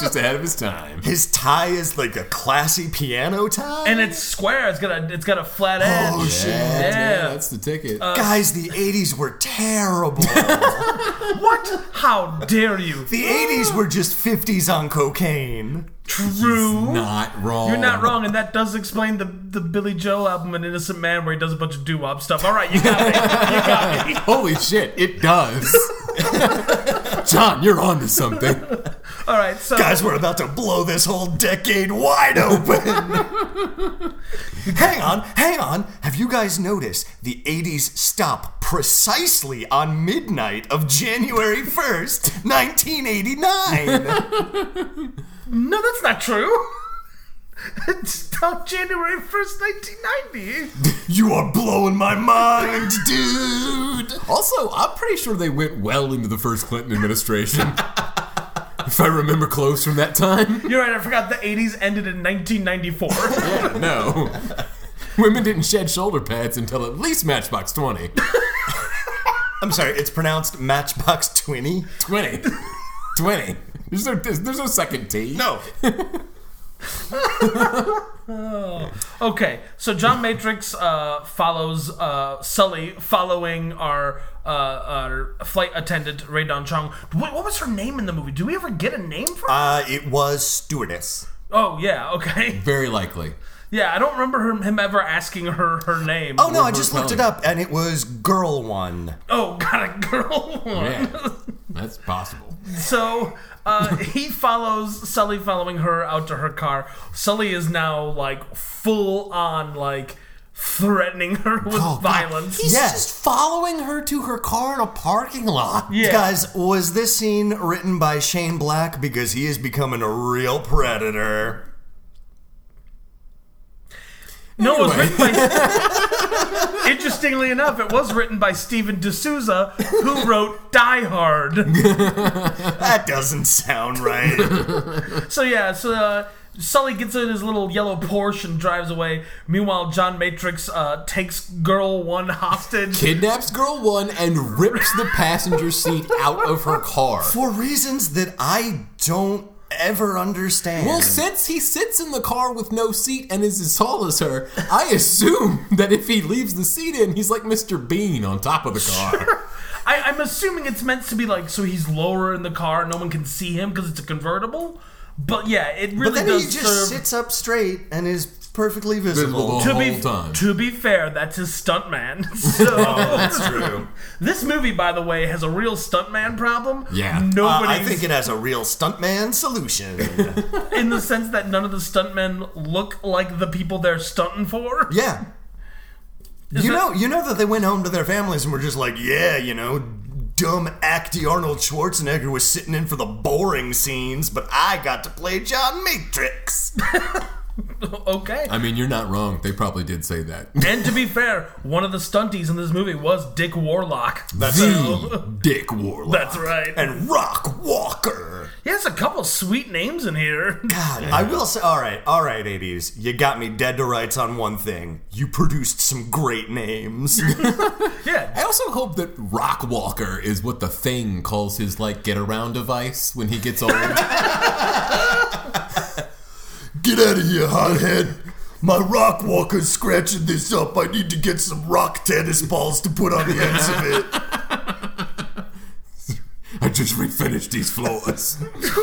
Speaker 2: just ahead of his time.
Speaker 3: His tie is like a classy piano tie.
Speaker 1: And it's square. It's got a it's got a flat edge.
Speaker 3: Oh, shit.
Speaker 2: Yeah,
Speaker 1: Yeah. Uh,
Speaker 2: that's the ticket.
Speaker 3: Guys, the 80s were terrible.
Speaker 1: What? How dare you?
Speaker 3: the 80s were just 50s on cocaine.
Speaker 1: True.
Speaker 2: not wrong.
Speaker 1: You're not wrong, and that does explain the the Billy Joel album, An Innocent Man, where he does a bunch of doo wop stuff. All right, you got me. You got me.
Speaker 2: Holy shit,
Speaker 1: *laughs*
Speaker 2: it does. *laughs* John, you're onto something.
Speaker 1: All right, so
Speaker 3: Guys, we're about to blow this whole decade wide open. hang on, hang on. Have you guys noticed the 80s stop precisely on midnight of January 1st, 1989?
Speaker 1: no, that's not true. *laughs* It's on January first, nineteen ninety.
Speaker 3: you are blowing my mind,
Speaker 2: *laughs*
Speaker 3: dude.
Speaker 2: Also, I'm pretty sure they went well into the first Clinton administration.
Speaker 3: *laughs*
Speaker 2: if I remember close from that time.
Speaker 1: You're right. I forgot the eighties ended in nineteen ninety four.
Speaker 2: Yeah, no. *laughs* Women didn't shed shoulder pads until at least Matchbox 20.
Speaker 3: I'm sorry, it's pronounced Matchbox 20.
Speaker 2: 20. 20. There's no, there's, there's no second T.
Speaker 3: No.
Speaker 1: Okay, so John Matrix uh, follows uh, Sully following our uh, our flight attendant Radon Chong. What, what was her name in the movie? Do we ever get a name for? her?
Speaker 3: Uh, it was stewardess.
Speaker 1: oh yeah, okay,
Speaker 2: Very likely.
Speaker 1: yeah. I don't remember her, him ever asking her her name.
Speaker 3: Oh no, I just looked it up and it was girl one.
Speaker 1: oh got a girl one.
Speaker 2: Yeah.
Speaker 3: *laughs*
Speaker 2: That's possible.
Speaker 1: *laughs* So uh, he follows Sully, following her out to her car. Sully is now like full on like threatening her with violence.
Speaker 2: He's
Speaker 3: Yeah.
Speaker 2: just following her to her car in a parking lot.
Speaker 1: Yeah.
Speaker 3: Guys, was this scene written by Shane Black? Because he is becoming a real predator.
Speaker 1: No, it was
Speaker 2: Anyway.
Speaker 1: written by. Interestingly enough, it was written by Stephen D'Souza, who wrote Die Hard.
Speaker 3: That doesn't sound right.
Speaker 1: So yeah, so uh, Sully gets in his little yellow Porsche and drives away. Meanwhile, John Matrix uh, takes Girl One
Speaker 3: *laughs*
Speaker 1: hostage.
Speaker 2: Kidnaps girl one and rips the passenger seat out of her car.
Speaker 3: For reasons that I don't ever understand.
Speaker 2: Well, since he sits in the car with no seat and is as tall as her, I assume that if he leaves the seat in, he's like Mr. Bean on top of the car.
Speaker 1: I, I'm assuming it's meant to be like so he's lower in the car, no one can see him because it's a convertible. But yeah, it really
Speaker 3: but then he
Speaker 1: does
Speaker 3: just
Speaker 1: serve.
Speaker 3: sits up straight and is perfectly
Speaker 2: Visible.
Speaker 3: visible.
Speaker 1: to
Speaker 2: whole
Speaker 1: be,
Speaker 2: time.
Speaker 1: to be fair, that's his
Speaker 3: *laughs*
Speaker 1: stuntman. *laughs* So
Speaker 3: Oh, That's true.
Speaker 1: *laughs* This movie, by the way, has a real stuntman problem.
Speaker 2: Yeah.
Speaker 3: Uh,
Speaker 1: Nobody
Speaker 3: I think it has a real stuntman solution.
Speaker 1: in the sense that none of the stuntmen look like the people they're stunting for.
Speaker 3: Yeah. you
Speaker 1: that-
Speaker 3: know, you know that they went home to their families and were just like, yeah, you know, dumb acty Arnold Schwarzenegger was sitting in for the boring scenes, but I got to play John Matrix.
Speaker 1: *laughs* Okay.
Speaker 2: I mean, you're not wrong. They probably did say that.
Speaker 1: and to be fair, one of the stunties in this movie was Dick Warlock.
Speaker 2: *laughs*
Speaker 3: That's
Speaker 2: the Dick Warlock.
Speaker 1: That's right.
Speaker 3: And Rock Walker.
Speaker 1: He has a couple sweet names in here.
Speaker 3: *laughs* God, I will say, all right, all right, 80s, you got me dead to rights on one thing. You produced some great names.
Speaker 1: Yeah.
Speaker 2: I also hope that Rock Walker is what the thing calls his like get around device when he gets old.
Speaker 3: Get out of here, hothead. My rock walker's scratching this up. I need to get some rock tennis balls to put on the ends of it.
Speaker 2: *laughs* I just refinished these floors.
Speaker 1: That's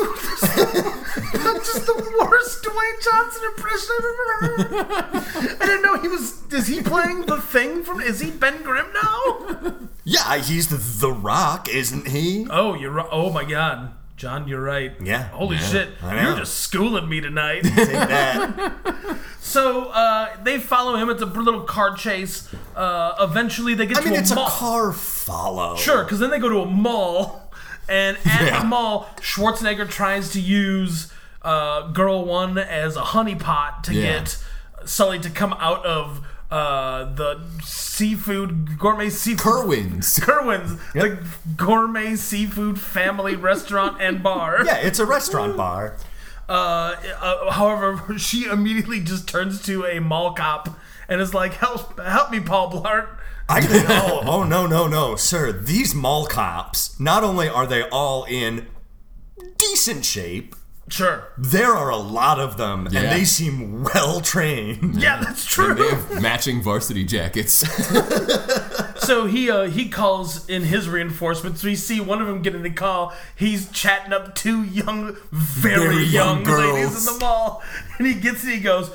Speaker 1: just
Speaker 3: *laughs*
Speaker 1: the worst Dwayne Johnson impression I've ever heard. I didn't know he was is he playing the thing from is he Ben Grimm now?
Speaker 3: Yeah, he's the, the Rock, isn't he?
Speaker 1: Uh, Oh, you're ri- oh my god. John, you're right.
Speaker 3: Yeah.
Speaker 1: Holy
Speaker 3: Yeah.
Speaker 1: shit.
Speaker 3: I know.
Speaker 1: You're just schooling me tonight.
Speaker 3: Take that.
Speaker 1: *laughs* so uh, they follow him. It's a little car chase. Uh, eventually, they get
Speaker 3: I
Speaker 1: to
Speaker 3: mean,
Speaker 1: a
Speaker 3: it's a
Speaker 1: mall.
Speaker 3: car follow.
Speaker 1: Sure, because then they go to a mall, and at
Speaker 3: Yeah.
Speaker 1: the mall, Schwarzenegger tries to use uh, Girl One as a honeypot to
Speaker 2: Yeah.
Speaker 1: get Sully to come out of uh, the seafood gourmet seafood.
Speaker 2: Kerwins.
Speaker 1: Kerwin's, the gourmet seafood family restaurant and bar.
Speaker 3: Yeah, it's a restaurant bar.
Speaker 1: Uh, uh, however, she immediately just turns to a mall cop and is like, "Help, help me, Paul Blart."
Speaker 3: I gotta oh, oh no no no, sir! These mall cops. Not only are they all in decent shape,
Speaker 1: Sure.
Speaker 3: there are a lot of them, and
Speaker 2: Yeah.
Speaker 3: they seem well trained.
Speaker 1: Yeah, that's true.
Speaker 2: They have matching varsity jackets.
Speaker 1: So he uh, he calls in his reinforcements. We see one of them getting the call. He's chatting up two young, very,
Speaker 2: Very
Speaker 1: young,
Speaker 2: young
Speaker 1: ladies
Speaker 2: girls.
Speaker 1: in the mall, and he gets it. He goes,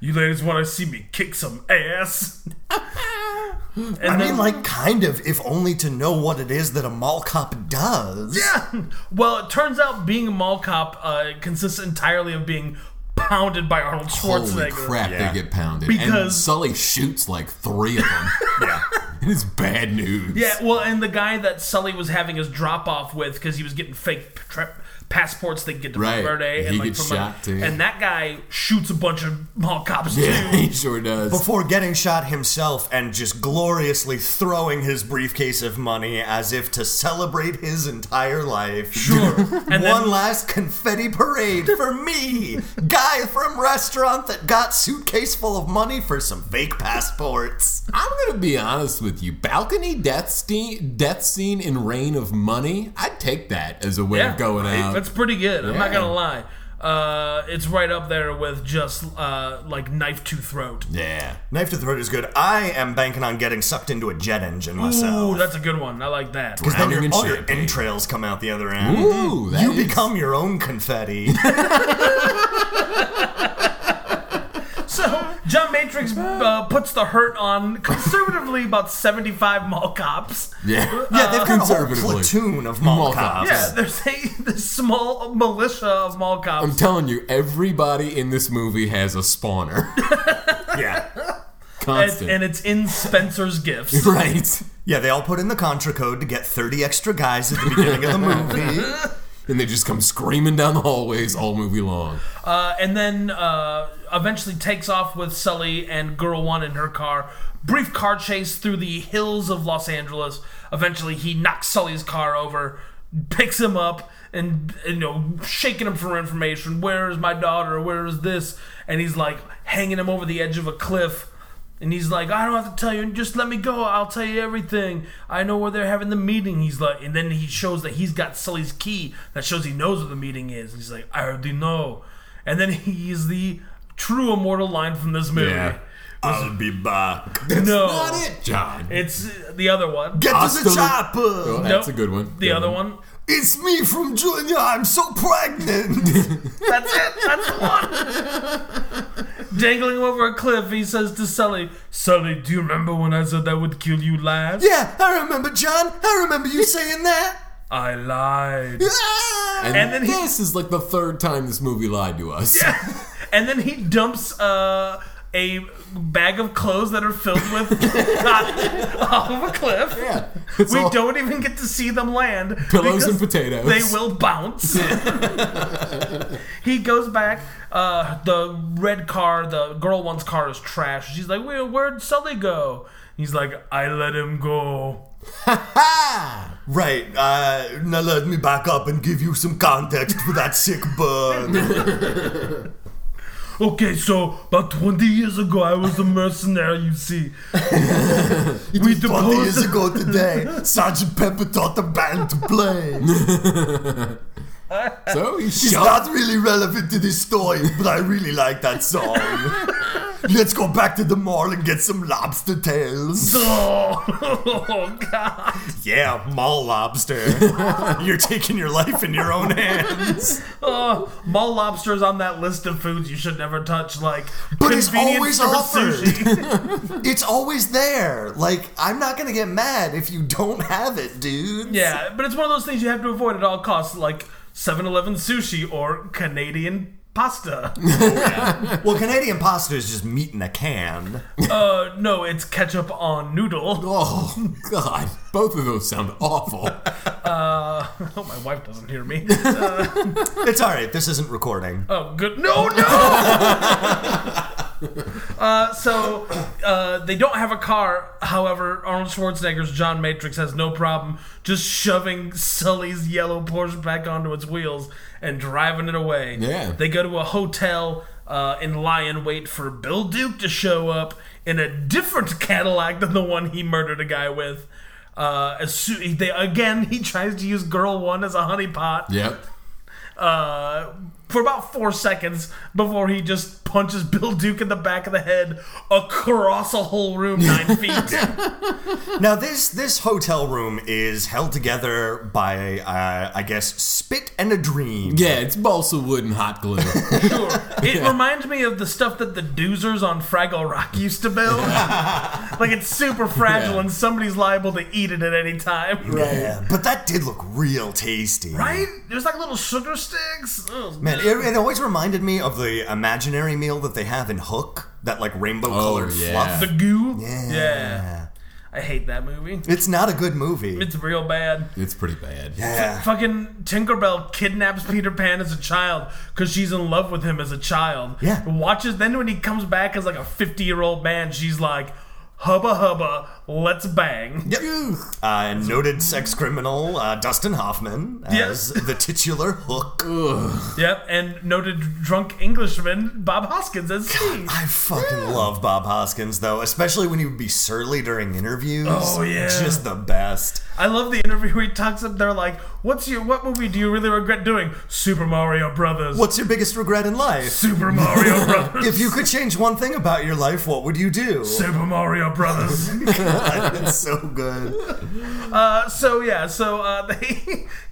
Speaker 1: "You ladies want to see me kick some ass?" *laughs* and
Speaker 3: I
Speaker 1: then,
Speaker 3: mean, like, kind of, if only to know what it is that a mall cop does.
Speaker 1: yeah. Well, it turns out being a mall cop uh, consists entirely of being pounded by Arnold
Speaker 2: Holy
Speaker 1: Schwarzenegger.
Speaker 2: crap,
Speaker 3: Yeah.
Speaker 2: they get pounded. and
Speaker 1: Because-
Speaker 2: Sully shoots like three of them. *laughs* yeah. It's bad news.
Speaker 1: Yeah, well, and the guy that Sully was having his drop off with because he was getting fake tra- passports that get to
Speaker 2: Right.
Speaker 1: Verde, and
Speaker 2: He
Speaker 1: like
Speaker 2: gets
Speaker 1: from like-
Speaker 2: shot, too.
Speaker 1: and that guy shoots a bunch of mall cops
Speaker 2: Yeah,
Speaker 1: too.
Speaker 2: *laughs* he sure does.
Speaker 3: Before getting shot himself and just gloriously throwing his briefcase of money as if to celebrate his entire life.
Speaker 1: Sure.
Speaker 3: *laughs*
Speaker 1: And
Speaker 3: One
Speaker 1: then-
Speaker 3: last confetti parade for me, guy from restaurant that got suitcase full of money for some fake passports.
Speaker 2: I'm gonna be honest with you. Balcony death scene, death scene in Reign of Money. I'd take that as a way
Speaker 1: Yeah,
Speaker 2: of going
Speaker 1: right?
Speaker 2: out.
Speaker 1: That's pretty good. I'm not
Speaker 2: Yeah.
Speaker 1: gonna lie. Uh, it's right up there with just uh, like knife to throat.
Speaker 2: yeah.
Speaker 3: Knife to throat is good. I am banking on getting sucked into a jet engine
Speaker 1: Ooh,
Speaker 3: myself.
Speaker 1: that's a good one. I like that.
Speaker 3: Because then
Speaker 2: Drowning
Speaker 3: your,
Speaker 2: in
Speaker 3: all your
Speaker 2: champagne.
Speaker 3: entrails come out the other end.
Speaker 2: Ooh, that
Speaker 3: you
Speaker 2: is-
Speaker 3: become your own *laughs* confetti.
Speaker 1: So John Matrix uh, puts the hurt on conservatively about 75 mall cops.
Speaker 2: *laughs* Yeah.
Speaker 3: Yeah, they've got a whole
Speaker 2: Conservatively.
Speaker 3: platoon of mall,
Speaker 2: Mall
Speaker 3: cops.
Speaker 2: cops.
Speaker 1: Yeah, there's a this small militia of mall cops.
Speaker 2: I'm telling you, everybody in this movie has
Speaker 1: *laughs*
Speaker 2: a spawner.
Speaker 3: Yeah.
Speaker 1: and,
Speaker 2: Constant. *laughs*
Speaker 1: and it's in Spencer's gifts.
Speaker 2: right.
Speaker 3: Yeah, they all put in the Contra code to get 30 extra guys at the beginning *laughs* of the movie.
Speaker 2: And they just come screaming down the hallways all movie long.
Speaker 1: Uh, and then uh, eventually takes off with Sully and Girl One in her car. Brief car chase through the hills of Los Angeles. Eventually, he knocks Sully's car over, picks him up, and you know, shaking him for information. Where is my daughter? Where is this? And he's like hanging him over the edge of a cliff. And he's like, I don't have to tell you. Just let me go. I'll tell you everything. I know where they're having the meeting. He's like, and then he shows that he's got Sully's key that shows he knows where the meeting is. He's like, I already know. And then *laughs* he is the true immortal line from this movie.
Speaker 2: Yeah.
Speaker 3: I'll be back.
Speaker 1: no,
Speaker 2: Not it, John.
Speaker 1: it's the other one.
Speaker 3: Get to
Speaker 2: Hasta-
Speaker 3: the chopper.
Speaker 2: Oh, that's
Speaker 1: Nope.
Speaker 2: a good one.
Speaker 1: The
Speaker 2: Good
Speaker 1: other one.
Speaker 3: It's me from Junior. I'm so pregnant. *laughs*
Speaker 1: That's it. That's the one.
Speaker 2: *laughs*
Speaker 1: Dangling over a cliff, he says to Sully, "Sully, do you remember when I said I would kill you last?
Speaker 3: yeah, I remember, John. I remember you saying that.
Speaker 1: I lied."
Speaker 2: And,
Speaker 1: And then he-
Speaker 2: this is like the third time this movie lied to us.
Speaker 1: and then he dumps uh, a bag of clothes that are filled
Speaker 2: *laughs*
Speaker 1: with cotton off of a cliff.
Speaker 2: Yeah. It's
Speaker 1: we
Speaker 2: all
Speaker 1: don't even get to see them land.
Speaker 2: Pillows
Speaker 1: because
Speaker 2: and potatoes.
Speaker 1: They will
Speaker 2: *laughs*
Speaker 1: bounce. he goes back. Uh, the red car, the girl one's car is trash. She's like, Where, where'd Sully go? He's like, I let him go.
Speaker 2: Ah!
Speaker 3: Right, uh, now let me back up and give you some context for that sick *laughs* burn.
Speaker 1: Okay, so about 20 years ago, I was a mercenary, you see. *laughs* we
Speaker 3: 20 years
Speaker 1: deposed
Speaker 3: ago today, *laughs* Sergeant Pepper taught the band to play.
Speaker 2: So he
Speaker 3: It's
Speaker 2: shot
Speaker 3: *laughs* not really relevant to this story, but I really like that song. Let's go back to the mall and get some lobster tails.
Speaker 1: Oh, *laughs* oh God.
Speaker 3: Yeah, mall *laughs* lobster. You're taking your life in your own hands.
Speaker 1: Oh, *laughs* mall lobster is on that list of foods you should never touch. Like,
Speaker 3: But it's
Speaker 1: convenience
Speaker 3: always
Speaker 1: or
Speaker 3: offered. *laughs*
Speaker 1: sushi.
Speaker 3: It's always there. Like, I'm not gonna get mad if you don't have it, dude.
Speaker 1: yeah, but it's one of those things you have to avoid at all costs, like 7 Eleven sushi or Canadian pasta.
Speaker 3: Well, Canadian pasta is just meat in a can.
Speaker 1: uh, no, it's ketchup on noodle. *laughs*
Speaker 2: Oh God, both of those sound awful.
Speaker 1: I hope Oh, my wife doesn't hear me.
Speaker 3: It's alright, this isn't recording.
Speaker 1: Oh, good. No, no! uh, so, uh, they don't have a car. However, Arnold Schwarzenegger's John Matrix has no problem just shoving Sully's yellow Porsche back onto its wheels and driving it away.
Speaker 2: Yeah.
Speaker 1: They go to a hotel uh, in Lion wait for Bill Duke to show up in a different Cadillac than the one he murdered a guy with. Uh, as soo- they, again, *laughs* he tries to use Girl One as a honeypot
Speaker 2: yep.
Speaker 1: uh, for about four seconds before he just punches Bill Duke in the back of the head across a whole room
Speaker 3: *laughs*
Speaker 1: nine feet.
Speaker 3: Now, this this hotel room is held together by, uh, I guess, spit and a dream.
Speaker 2: Yeah, it's balsa wood and hot glue.
Speaker 1: Sure. It reminds me of the stuff that the doozers on Fraggle Rock used to build.
Speaker 3: *laughs*
Speaker 1: like it's super fragile
Speaker 2: Yeah.
Speaker 1: and somebody's liable to eat it at any time.
Speaker 3: Yeah, Uh, but that did look real tasty.
Speaker 1: *laughs* Right? There's like little sugar sticks. Ugh.
Speaker 3: Man, it, it always reminded me of the imaginary meal that they have in Hook, that like rainbow colored
Speaker 2: yeah.
Speaker 1: The
Speaker 3: fluff.
Speaker 1: goo.
Speaker 3: Yeah.
Speaker 1: I hate that movie.
Speaker 3: It's not a good movie.
Speaker 1: It's real bad.
Speaker 2: *laughs* it's pretty bad.
Speaker 3: yeah.
Speaker 1: Fucking Tinkerbell kidnaps Peter Pan as a child because she's in love with him as a child.
Speaker 3: Yeah.
Speaker 1: Watches, then when he comes back as like a 50 year old man, she's like, hubba hubba, let's
Speaker 3: *laughs*
Speaker 1: bang.
Speaker 3: Yep. Uh, noted sex criminal uh, Dustin Hoffman as the titular Hook.
Speaker 1: Yep. And noted drunk Englishman Bob Hoskins as Steve.
Speaker 3: I fucking love Bob Hoskins though, especially when he would be surly during interviews.
Speaker 1: Oh, yeah.
Speaker 3: just the best.
Speaker 1: I love the interview where he talks up there like, what's your, what movie do you really regret doing? Super Mario Brothers.
Speaker 3: What's your biggest regret in life?
Speaker 1: Super Mario Brothers. *laughs*
Speaker 3: If you could change one thing about your life, what would you do? *laughs*
Speaker 1: Super Mario Brothers.
Speaker 3: It's so good.
Speaker 1: So yeah, so uh, *laughs* they,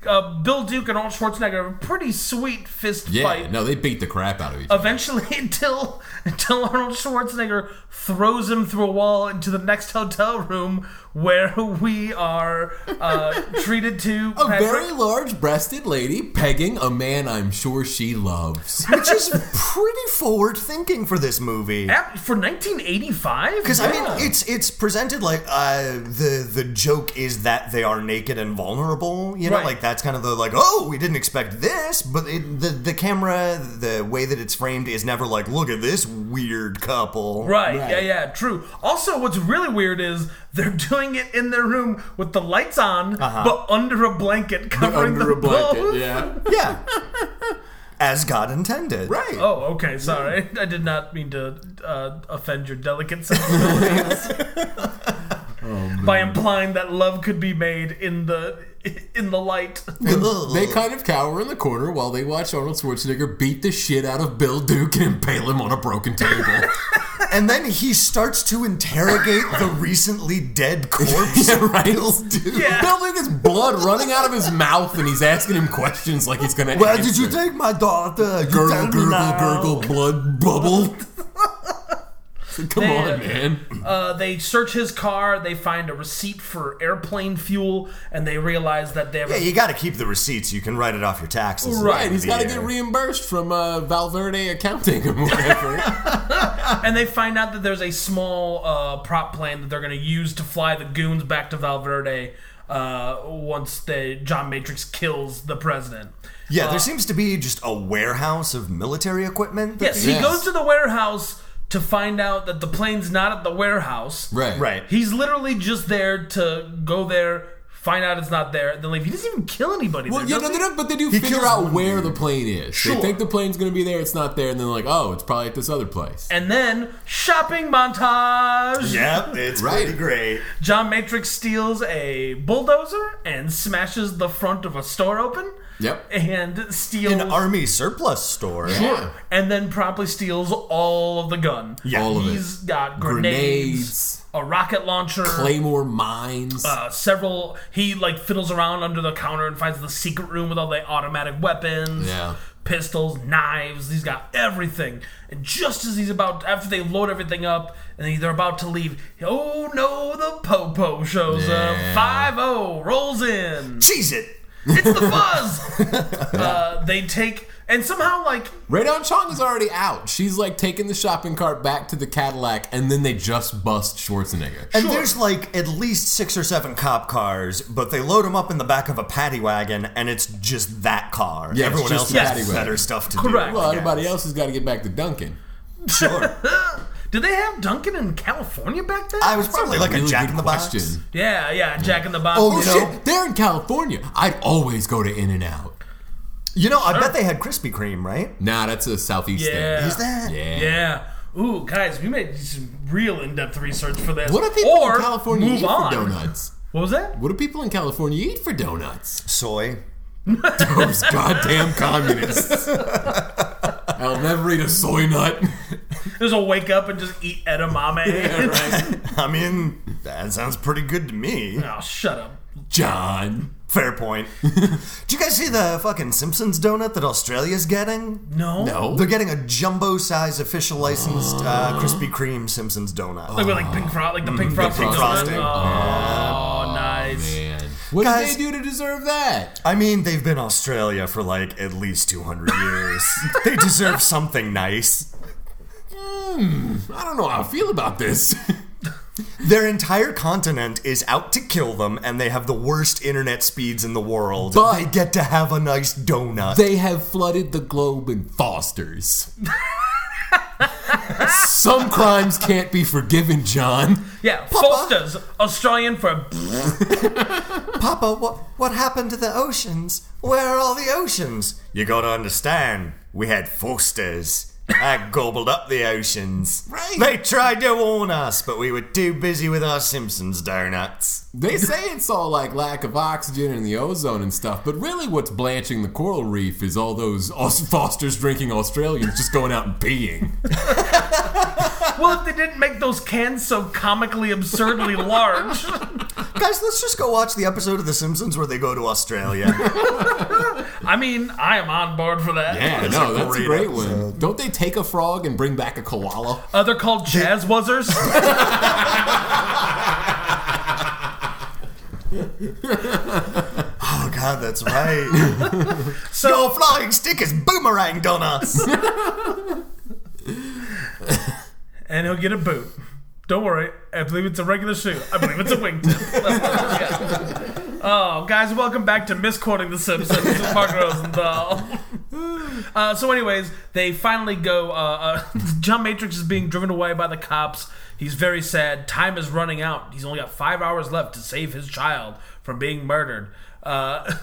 Speaker 1: uh, Bill Duke and Arnold Schwarzenegger have a pretty sweet fist
Speaker 2: Yeah,
Speaker 1: fight.
Speaker 2: no, they beat the crap out of each other.
Speaker 1: Eventually, *laughs* until until Arnold Schwarzenegger throws him through a wall into the next hotel room, where we are
Speaker 2: *laughs*
Speaker 1: uh, treated to
Speaker 2: A
Speaker 1: Patrick.
Speaker 2: Oh, very large breasted lady pegging a man I'm sure she loves.
Speaker 3: Which is pretty forward thinking for this movie.
Speaker 1: Ep- for 1985.
Speaker 3: Because I mean, it's it's presented like uh, the the joke is that they are naked and vulnerable. You know,
Speaker 1: Right.
Speaker 3: like that's kind of the like, oh, we didn't expect this. But it, the the camera, the way that it's framed, is never like, look at this weird couple.
Speaker 1: Right, yeah, yeah, true. Also, what's really weird is they're *laughs* doing it in their room with the lights on, but under a blanket covering
Speaker 2: Uh-huh.
Speaker 1: the
Speaker 2: Under a blanket,
Speaker 1: both.
Speaker 2: yeah.
Speaker 3: Yeah. *laughs* As God intended.
Speaker 2: Right.
Speaker 1: Oh, okay. Sorry, *laughs* I did not mean to uh, offend your delicate
Speaker 3: *laughs*
Speaker 1: sensibilities
Speaker 3: Oh,
Speaker 1: by implying that love could be made in the in the light.
Speaker 2: They kind of cower in the corner while they watch Arnold Schwarzenegger beat the shit out of Bill Duke and impale him on a broken *laughs* table.
Speaker 3: and then he starts to interrogate the
Speaker 2: *laughs*
Speaker 3: recently dead corpse.
Speaker 2: yeah, right? Dude.
Speaker 1: Yeah.
Speaker 2: Bill Duke has blood running out of his mouth and he's asking him questions like he's gonna
Speaker 3: Where
Speaker 2: answer.
Speaker 3: did you take my daughter? You tell
Speaker 2: Gurgle,
Speaker 3: me
Speaker 2: gurgle,
Speaker 3: now.
Speaker 2: gurgle, blood *laughs* bubble. So Come on, man.
Speaker 1: Uh, they search his car. They find a receipt for airplane fuel, and they realize that they have.
Speaker 3: Yeah, you got to keep the receipts. You can write it off your taxes. at the
Speaker 1: Right,
Speaker 3: end of
Speaker 2: He's
Speaker 3: the
Speaker 2: got to
Speaker 3: year.
Speaker 2: get reimbursed from uh, Valverde Accounting or whatever.
Speaker 1: and they find out that there's a small uh, prop plane that they're going to use to fly the goons back to Valverde uh, once they John Matrix kills the president.
Speaker 3: Yeah,
Speaker 2: Uh,
Speaker 3: there seems to be just a warehouse of military equipment. that
Speaker 1: Yes,
Speaker 3: they-
Speaker 1: he
Speaker 2: Yes.
Speaker 1: goes to the warehouse to find out that the plane's not at the warehouse.
Speaker 2: *laughs* right.
Speaker 3: Right.
Speaker 1: He's literally just there to go there, find out it's not there, then leave. He doesn't even kill anybody.
Speaker 2: Well,
Speaker 1: there,
Speaker 2: yeah,
Speaker 1: does
Speaker 2: no,
Speaker 1: he?
Speaker 2: they don't, but they do figure
Speaker 3: kills
Speaker 2: out
Speaker 3: one
Speaker 2: where the plane is. They
Speaker 1: Sure.
Speaker 2: think the plane's going to be there. It's not there, and then they're like, oh, it's probably at this other place.
Speaker 1: And then shopping montage.
Speaker 3: Yep, it's
Speaker 2: Right.
Speaker 3: pretty great.
Speaker 1: John Matrix steals a bulldozer and smashes the front of a store open.
Speaker 2: Yep.
Speaker 1: And steals
Speaker 3: An army surplus store.
Speaker 2: Yeah.
Speaker 1: and then promptly steals all of the gun.
Speaker 3: Yeah.
Speaker 2: All of it.
Speaker 1: He's got grenades,
Speaker 2: Grenades.
Speaker 1: a rocket launcher,
Speaker 2: Claymore mines.
Speaker 1: uh, several. He like fiddles around under the counter and finds the secret room with all the automatic weapons,
Speaker 2: Yeah.
Speaker 1: pistols, knives. He's got everything. And just as he's about, after they load everything up and they're about to leave, oh no, the Popo shows
Speaker 2: Yeah.
Speaker 1: up. Five zero rolls in.
Speaker 3: Cheese it.
Speaker 1: It's the
Speaker 3: *laughs*
Speaker 1: fuzz. uh, they take and somehow like *laughs*
Speaker 2: Radon Chong is already out. She's like taking the shopping cart back to the Cadillac, and then they just bust Schwarzenegger.
Speaker 3: And there's like at least six or seven cop cars, but they load them up in the back of a paddy wagon, and it's just that car.
Speaker 2: Yeah, it's
Speaker 3: Everyone
Speaker 2: just
Speaker 3: else
Speaker 2: the
Speaker 3: has
Speaker 2: paddy wagon.
Speaker 3: better stuff to
Speaker 1: Correct.
Speaker 3: do.
Speaker 2: well,
Speaker 3: I *laughs*
Speaker 2: everybody
Speaker 3: guess.
Speaker 2: else has got to get back to Duncan.
Speaker 1: Did they have Duncan in California back then?
Speaker 3: I was probably like a
Speaker 2: Really
Speaker 3: jack
Speaker 2: good
Speaker 3: in the box.
Speaker 2: question.
Speaker 1: yeah, yeah, Jack in the Box.
Speaker 2: Oh,
Speaker 3: You know-
Speaker 2: shit! They're in California. I'd always go to In and Out.
Speaker 3: You know, I bet they had Krispy Kreme, right?
Speaker 2: Nah, that's a southeast
Speaker 1: Yeah.
Speaker 2: thing.
Speaker 3: Is that?
Speaker 2: Yeah.
Speaker 1: yeah. Ooh, guys, we made some real in-depth research for this.
Speaker 2: What do people
Speaker 1: or
Speaker 2: in California
Speaker 1: move
Speaker 2: eat
Speaker 1: on.
Speaker 2: for donuts?
Speaker 1: What was that?
Speaker 2: What do people in California eat for donuts? *laughs*
Speaker 3: Soy.
Speaker 2: Those goddamn communists. *laughs* I'll never eat a soy nut.
Speaker 1: There's a wake up and just eat
Speaker 2: *laughs*
Speaker 1: edamame.
Speaker 3: *laughs* I mean, that sounds pretty good to me.
Speaker 1: *laughs* oh, shut up.
Speaker 2: John.
Speaker 3: Fair point. Did you guys see the fucking Simpsons donut that Australia's getting?
Speaker 1: No.
Speaker 2: No.
Speaker 3: They're getting a jumbo size official licensed uh, Krispy Kreme Simpsons donut.
Speaker 1: Like with like pink frost, like the
Speaker 2: Mm,
Speaker 1: pink frosting.
Speaker 3: pink
Speaker 1: donut?
Speaker 3: frosting.
Speaker 1: Oh, nice.
Speaker 2: Man. What
Speaker 3: Guys-
Speaker 2: did they do to deserve that?
Speaker 3: I mean, they've been Australia for like at least 200 years. they deserve something nice.
Speaker 2: I don't know how I feel about this. *laughs*
Speaker 3: Their entire continent is out to kill them, and they have the worst internet speeds in the world.
Speaker 2: But-
Speaker 3: they get to have a nice donut.
Speaker 2: they have flooded the globe in Fosters. *laughs* Some crimes can't be forgiven, John.
Speaker 1: Yeah, Foster's Australian for *laughs*
Speaker 3: Papa, what, what happened to the oceans? Where are all the oceans? You gotta understand, we had Fosters. *laughs* I gobbled up the oceans.
Speaker 2: Right.
Speaker 3: They tried to warn us, but we were too busy with our Simpsons donuts.
Speaker 2: They say it's all like lack of oxygen and the ozone and stuff, but really what's blanching the coral reef is all those Aus- Foster's drinking Australians just going out and peeing.
Speaker 1: well, if they didn't make those cans so comically absurdly
Speaker 2: *laughs*
Speaker 1: large,
Speaker 3: Guys, let's just go watch the episode of The Simpsons where they go to Australia.
Speaker 1: I mean, I am on board for that.
Speaker 2: Yeah,
Speaker 3: That's
Speaker 2: no,
Speaker 3: a
Speaker 2: that's a
Speaker 3: great
Speaker 2: great one.
Speaker 3: episode.
Speaker 2: Don't they take a frog and bring back a koala?
Speaker 1: Uh, they're called jazz wuzzers.
Speaker 3: *laughs*
Speaker 2: *laughs*
Speaker 3: oh, God, that's right. *laughs*
Speaker 1: So
Speaker 3: Your flying stick is boomerang *laughs* donuts.
Speaker 1: and he'll get a boot. Don't worry, I believe it's a regular shoe. I believe it's a wingtip. Yeah. Oh, guys, welcome back to misquoting The Simpsons with Mark Rosenthal. Uh, so, anyways, they finally go. Uh, uh, *laughs* John Matrix is being driven away by the cops. He's very sad. Time is running out. He's only got five hours left to save his child from being murdered. Uh,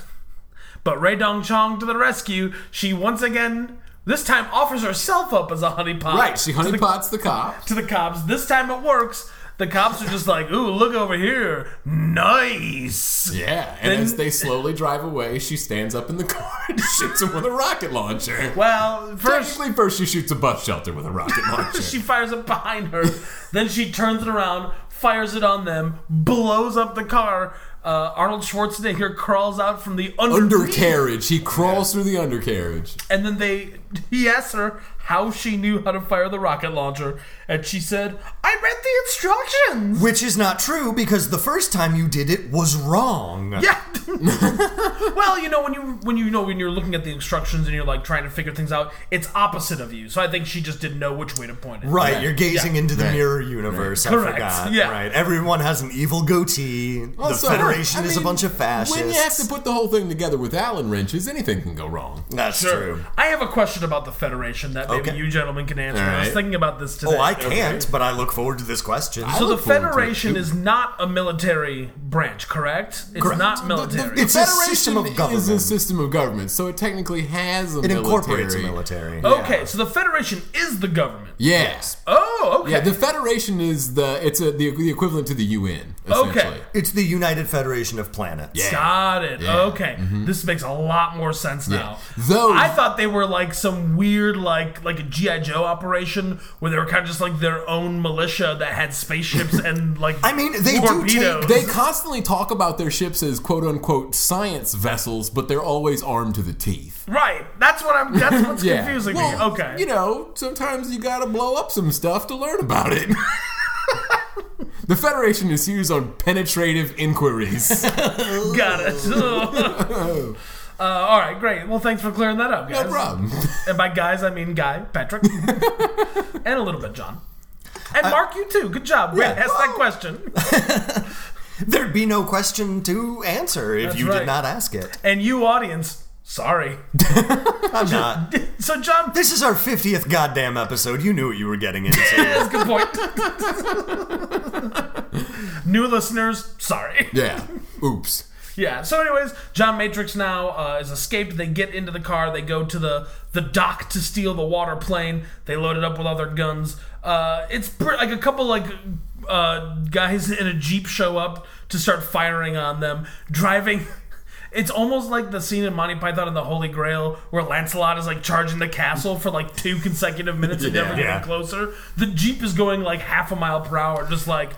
Speaker 1: *laughs* but Ray Dong Chong to the rescue. She once again, this time, offers herself up as a honeypot.
Speaker 2: Right, she
Speaker 1: to the
Speaker 2: honeypots the cop.
Speaker 1: to the cops. This time it works. The cops are just like, ooh, look over here. Nice.
Speaker 2: Yeah, and
Speaker 1: Then-
Speaker 2: as they slowly drive away, she stands up in the *laughs* car and shoots him with a rocket launcher.
Speaker 1: Well, *laughs* first
Speaker 2: Firstly, first she shoots a bus shelter with a rocket launcher.
Speaker 1: she fires it behind *laughs* her. then she turns it around, fires it on them, blows up the car. Uh, Arnold Schwarzenegger crawls out from the under-
Speaker 2: undercarriage. He crawls through the undercarriage.
Speaker 1: and then they he asks her how she knew how to fire the rocket launcher, and she said, "I read the instructions."
Speaker 3: Which is not true because the first time you did it was wrong.
Speaker 1: Yeah, *laughs* well, you know when you when you know when you're looking at the instructions and you're like trying to figure things out, it's opposite of you. So I think she just didn't know which way to point it.
Speaker 3: Right, you're gazing into the
Speaker 2: Right.
Speaker 3: mirror universe. I
Speaker 1: Correct,
Speaker 3: forgot.
Speaker 1: yeah.
Speaker 3: Right, everyone has an evil goatee.
Speaker 2: Also,
Speaker 3: the Federation
Speaker 2: I
Speaker 3: is a
Speaker 2: mean,
Speaker 3: bunch of fascists.
Speaker 2: When you have to put the whole thing together with Allen wrenches, anything can go wrong.
Speaker 3: That's
Speaker 1: Sure.
Speaker 3: true.
Speaker 1: I have a question about the Federation that maybe
Speaker 3: Okay.
Speaker 1: you gentlemen can answer.
Speaker 2: All
Speaker 1: I was
Speaker 2: right.
Speaker 1: thinking about this today.
Speaker 3: Oh, I
Speaker 1: Okay.
Speaker 3: can't, but I look forward to this question.
Speaker 1: So the
Speaker 2: look forward to it.
Speaker 1: Federation is not a military branch, correct? It's
Speaker 3: Correct.
Speaker 1: not
Speaker 2: The- the-
Speaker 1: military.
Speaker 2: The,
Speaker 3: It's a
Speaker 2: Federation
Speaker 3: system of
Speaker 2: is a
Speaker 3: government.
Speaker 2: system of government, so it technically has a
Speaker 3: it
Speaker 2: military.
Speaker 3: incorporates a military.
Speaker 1: okay, so the Federation is the government.
Speaker 2: Yes.
Speaker 1: Oh, okay.
Speaker 2: Yeah, the Federation is the it's a, the, the equivalent to the UN. Essentially.
Speaker 1: Okay.
Speaker 3: It's the United Federation of Planets.
Speaker 2: Yeah. Mm-hmm.
Speaker 1: Got it. Okay, this makes a lot more sense now.
Speaker 2: Though-
Speaker 1: I thought they were like some weird, like like a GI Joe operation where they were kind of just like their own militia that had
Speaker 2: *laughs*
Speaker 1: spaceships and like
Speaker 3: I mean, they do take-
Speaker 1: torpedoes.
Speaker 2: They constantly talk about their ships as quote unquote science vessels, but they're always armed to the teeth.
Speaker 1: right. That's what I'm. That's what's
Speaker 2: *laughs* Yeah.
Speaker 1: confusing
Speaker 2: well,
Speaker 1: me. Okay.
Speaker 2: You know, sometimes you gotta blow up some stuff to learn about it. *laughs* the Federation is series on penetrative inquiries.
Speaker 1: *laughs* Got it. *laughs* Uh, all right, great. Well, thanks for clearing that up, guys.
Speaker 2: no problem.
Speaker 1: And by guys, I mean Guy,
Speaker 2: *laughs*
Speaker 1: Patrick, and a little bit John. And Mark, you too. Good job. Great.
Speaker 3: Yeah.
Speaker 1: Ask that question.
Speaker 3: There'd be no question to answer if you
Speaker 1: right.
Speaker 3: did not
Speaker 1: *laughs*
Speaker 3: ask it.
Speaker 1: And you, audience, sorry.
Speaker 3: I'm not.
Speaker 1: So, John,
Speaker 3: This is our 50th goddamn episode. You knew what you were
Speaker 2: *laughs*
Speaker 3: getting into.
Speaker 1: that's a good point. New listeners, sorry.
Speaker 2: Yeah.
Speaker 1: *laughs*
Speaker 2: Oops. *laughs*
Speaker 1: Yeah. So, anyways, John Matrix now uh, is escaped. They get into the car. They go to the the dock to steal the water plane. They load it up with all their guns. Uh, it's pre- like a couple like uh, guys in a jeep show up to start firing on them, driving. *laughs* It's almost like the scene in Monty Python and the Holy Grail where Lancelot is like charging the castle for like two consecutive minutes and never getting
Speaker 3: Yeah.
Speaker 1: closer. The jeep is going like half a mile per hour, just like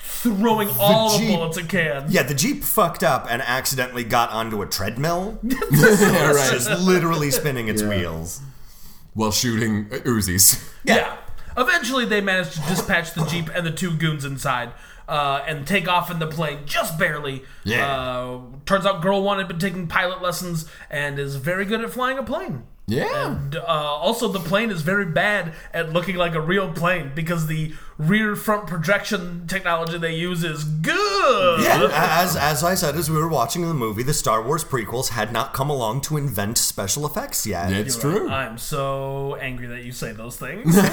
Speaker 1: throwing all the
Speaker 3: Jeep-
Speaker 1: bullets it can.
Speaker 3: yeah, the Jeep fucked up and accidentally got onto a treadmill.
Speaker 2: Yeah,
Speaker 3: It's
Speaker 2: right.
Speaker 3: just literally spinning its wheels.
Speaker 2: While shooting uh, Uzis.
Speaker 1: Yeah. Eventually, they manage to dispatch the jeep and the two goons inside, uh, and take off in the plane just barely.
Speaker 2: Yeah.
Speaker 1: Uh, turns out, girl one had been taking pilot lessons and is very good at flying a plane.
Speaker 2: Yeah.
Speaker 1: D- Uh, also, the plane is very bad at looking like a real plane because the rear front projection technology they use is good.
Speaker 3: Yeah, as as I said, as we were watching the movie, the Star Wars prequels had not come along to invent special effects yet.
Speaker 2: It's true.
Speaker 1: I'm so angry that you say those things. *laughs*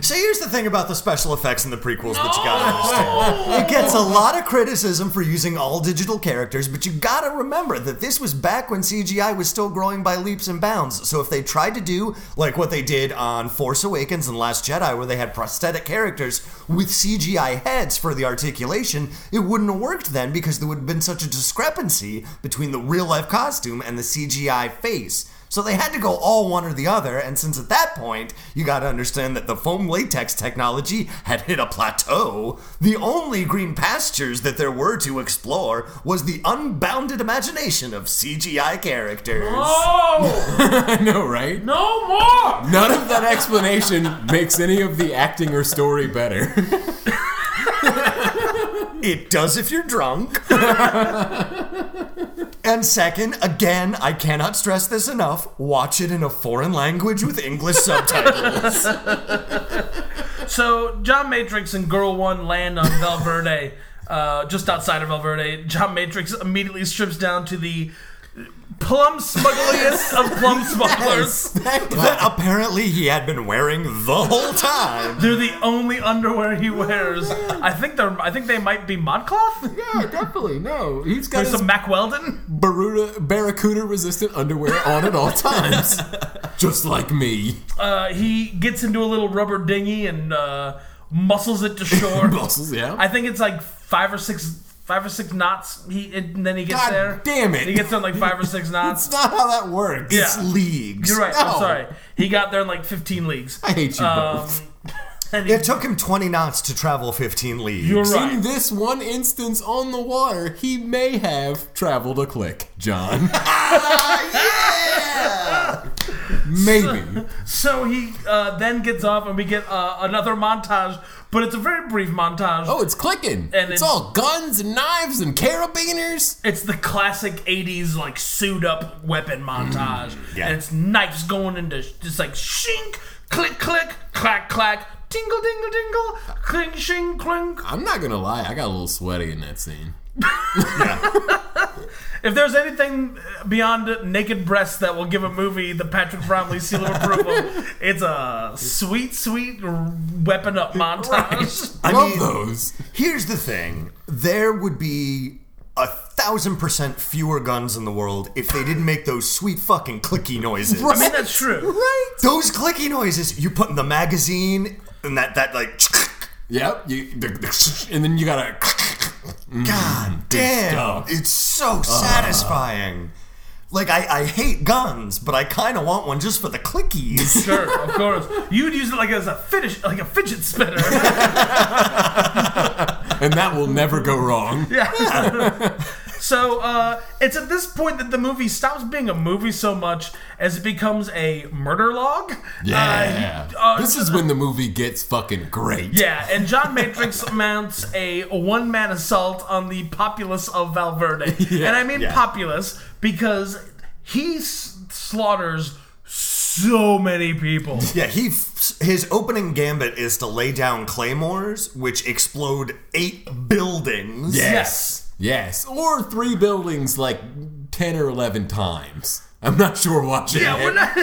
Speaker 3: So here's the thing about the special effects in the prequels that you gotta
Speaker 1: Oh,
Speaker 3: understand. It gets a lot of criticism for using all digital characters, but you gotta remember that this was back when CGI was still growing by leaps and bounds. So if they tried to do like what they did on Force Awakens and Last Jedi, where they had prosthetic characters with CGI heads for the articulation, it wouldn't have worked then because there would have been such a discrepancy between the real life costume and the CGI face. So they had to go all one or the other, and since at that point, you gotta understand that the foam latex technology had hit a plateau, the only green pastures that there were to explore was the unbounded imagination of CGI characters.
Speaker 1: oh,
Speaker 2: *laughs* I know, right?
Speaker 1: no more!
Speaker 2: None of that explanation makes any of the acting or story better.
Speaker 1: *laughs*
Speaker 3: It does if you're drunk. and second, again, I cannot stress this enough watch it in a foreign language with English subtitles.
Speaker 1: So John Matrix and Girl One land on Valverde, *laughs* uh, just outside of Valverde. John Matrix immediately strips down to the plum smuggliest of
Speaker 2: *laughs*
Speaker 1: plum smugglers.
Speaker 3: *laughs* that apparently he had been wearing the whole time.
Speaker 1: They're the only underwear he wears. I think they're. I think they might be modcloth.
Speaker 2: yeah, definitely. No, he's got
Speaker 1: There's some Mac Weldon.
Speaker 2: Baruda, barracuda resistant underwear on at
Speaker 1: *laughs*
Speaker 2: all times. Just like me.
Speaker 1: Uh, he gets into a little rubber dinghy and uh, muscles
Speaker 2: *laughs*
Speaker 1: it to shore.
Speaker 2: Muscles, yeah.
Speaker 1: I think it's like five or six. Five or six knots, he and then he gets
Speaker 2: God
Speaker 1: there.
Speaker 2: damn it.
Speaker 1: He gets there in like five or
Speaker 2: *laughs*
Speaker 1: six knots.
Speaker 2: That's not how that works.
Speaker 1: Yeah.
Speaker 3: It's leagues.
Speaker 1: You're right. I'm
Speaker 2: No.
Speaker 1: sorry. He got there in like 15 leagues.
Speaker 2: I hate you
Speaker 1: Um,
Speaker 2: both.
Speaker 1: and he-
Speaker 3: It took him 20 knots to travel 15 leagues.
Speaker 1: you're right.
Speaker 2: In this one instance on the water, he may
Speaker 1: *laughs* Ah,
Speaker 2: have traveled a click, John. Maybe.
Speaker 1: So he uh, then gets off, and we get uh, another montage, but it's a very brief montage.
Speaker 2: Oh, it's clicking.
Speaker 1: And
Speaker 2: it's,
Speaker 1: it's-
Speaker 2: all guns and knives and carabiners.
Speaker 1: It's the classic '80s like suit up weapon montage,
Speaker 3: yeah.
Speaker 1: and it's knives going into sh- just like shink, click, click, clack, clack, tingle, dingle, dingle, cling, shing, clink.
Speaker 2: I'm not gonna lie, I got a little sweaty in that scene.
Speaker 1: If there's anything beyond naked breasts that will give a movie the Patrick Bromley seal of
Speaker 2: *laughs*
Speaker 1: approval, it's a sweet, sweet weapon up montage.
Speaker 2: I
Speaker 3: I
Speaker 2: love
Speaker 3: mean-
Speaker 2: those.
Speaker 3: Here's the thing there would be a thousand percent fewer guns in the world if they didn't make those sweet fucking clicky noises.
Speaker 1: I mean, that's true.
Speaker 2: Right.
Speaker 3: Those clicky noises you put in the magazine and that, that like,
Speaker 2: Yep. You, and then you gotta.
Speaker 3: God damn.
Speaker 2: stuff.
Speaker 3: It's so satisfying. Like, I, I hate guns, but I kind of want one just for the clickies.
Speaker 1: Sure, of course. You'd use it like as a finish, like a fidget spinner.
Speaker 2: *laughs* And that will never go
Speaker 1: Uh,
Speaker 2: wrong.
Speaker 1: So uh, it's at this point that the movie stops being a movie so much as it becomes a murder log.
Speaker 2: Yeah.
Speaker 1: Uh, uh,
Speaker 2: this is when the movie gets fucking great.
Speaker 1: yeah, and John
Speaker 3: *laughs*
Speaker 1: Matrix mounts a one man assault on the populace of Valverde. and I mean
Speaker 3: *laughs* yeah.
Speaker 1: populace because he s- slaughters so many people.
Speaker 3: Yeah, he f- his opening gambit is to lay down claymores, which explode eight buildings.
Speaker 1: Yes.
Speaker 2: Yes. Or three buildings like 10 or 11 times. I'm not sure what.
Speaker 1: Yeah,
Speaker 2: it-
Speaker 1: we're not.
Speaker 2: I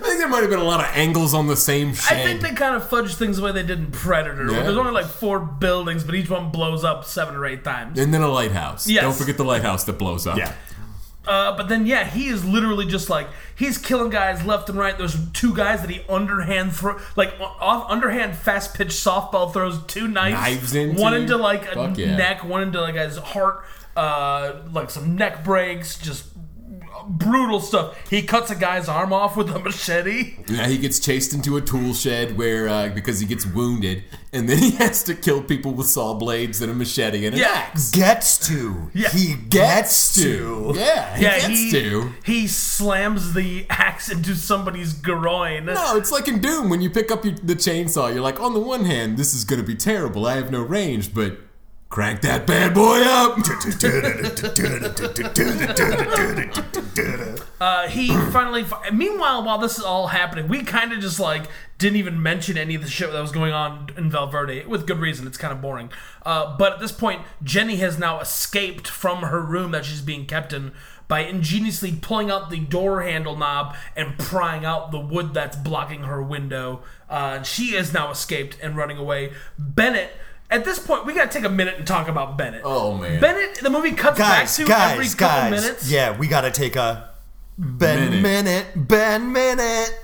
Speaker 2: think there might have been a lot of angles on the same shed.
Speaker 1: *laughs* I think they kind of fudged things the way they did in Predator. where
Speaker 2: Yeah.
Speaker 1: There's only like four buildings, but each one blows up seven or eight times.
Speaker 2: and then a lighthouse.
Speaker 1: Yes.
Speaker 2: Don't forget the lighthouse that blows up.
Speaker 3: Yeah.
Speaker 1: Uh, but then, yeah, he is literally just like he's killing guys left and right. There's two guys that he underhand throw, like o- off underhand fast pitch softball throws two knives,
Speaker 2: Knives into
Speaker 1: one
Speaker 2: you?
Speaker 1: into like a
Speaker 2: Fuck yeah.
Speaker 1: neck, one into like his heart, uh, like some neck breaks, just brutal stuff. He cuts a guy's arm off with a machete.
Speaker 2: Yeah, he gets chased into a tool shed where uh, because he gets wounded, and then *laughs* he has to kill people with saw blades and a machete and an
Speaker 1: Yeah.
Speaker 2: axe.
Speaker 3: Gets to.
Speaker 1: Yeah.
Speaker 3: He gets to.
Speaker 2: Yeah, he
Speaker 1: yeah,
Speaker 2: gets
Speaker 1: he
Speaker 2: to.
Speaker 1: he slams the axe into somebody's groin.
Speaker 2: No, it's like in Doom when you pick up your, the chainsaw. You're like, on the one hand, this is gonna be terrible. I have no range, but crank that bad boy up.
Speaker 1: Uh, he finally. Meanwhile, while this is all happening, we kind of just like didn't even mention any of the shit that was going on in Valverde with good reason. It's kind of boring. Uh, but at this point, Jenny has now escaped from her room that she's being kept in by ingeniously pulling out the door handle knob and prying out the wood that's blocking her window. Uh, and she is now escaped and running away. Bennett. At this point, we gotta take a minute and talk about Bennett.
Speaker 2: Oh, man.
Speaker 1: Bennett. The movie cuts
Speaker 3: Guys,
Speaker 1: back to
Speaker 3: guys,
Speaker 1: every couple
Speaker 3: guys.
Speaker 1: minutes.
Speaker 3: Yeah, we gotta take a Ben minute. Ben minute.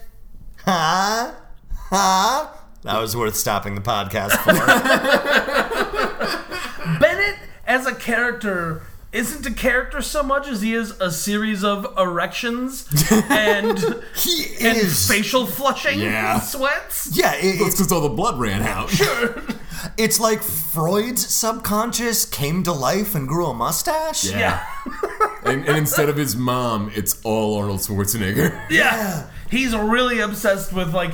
Speaker 3: Huh? Huh? That was worth stopping the podcast for.
Speaker 1: *laughs* Bennett as a character isn't a character so much as he is a series of erections and
Speaker 3: he
Speaker 1: and
Speaker 3: is.
Speaker 1: facial flushing
Speaker 2: Yeah.
Speaker 1: sweats.
Speaker 3: yeah, it,
Speaker 2: That's because all the blood ran out.
Speaker 3: It's like Freud's subconscious came to life and grew a mustache.
Speaker 1: Yeah.
Speaker 2: and, and instead of his mom, it's all Arnold Schwarzenegger.
Speaker 1: Yeah. He's really obsessed with like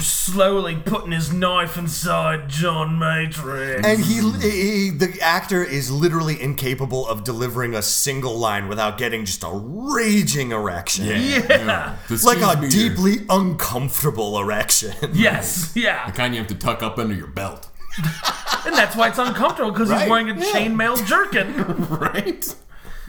Speaker 1: slowly putting his knife inside John Matrix.
Speaker 3: And he, he, the actor, is literally incapable of delivering a single line without getting just a raging erection,
Speaker 1: *laughs* Yeah.
Speaker 2: The
Speaker 3: like
Speaker 2: cheese
Speaker 3: a
Speaker 2: meter.
Speaker 3: deeply uncomfortable erection. *laughs*
Speaker 1: Yes, yeah.
Speaker 2: kind you have to tuck up under your belt,
Speaker 1: And that's why it's uncomfortable because
Speaker 2: Right,
Speaker 1: he's wearing a
Speaker 2: yeah.
Speaker 1: chainmail
Speaker 2: *laughs*
Speaker 1: jerkin.
Speaker 2: right?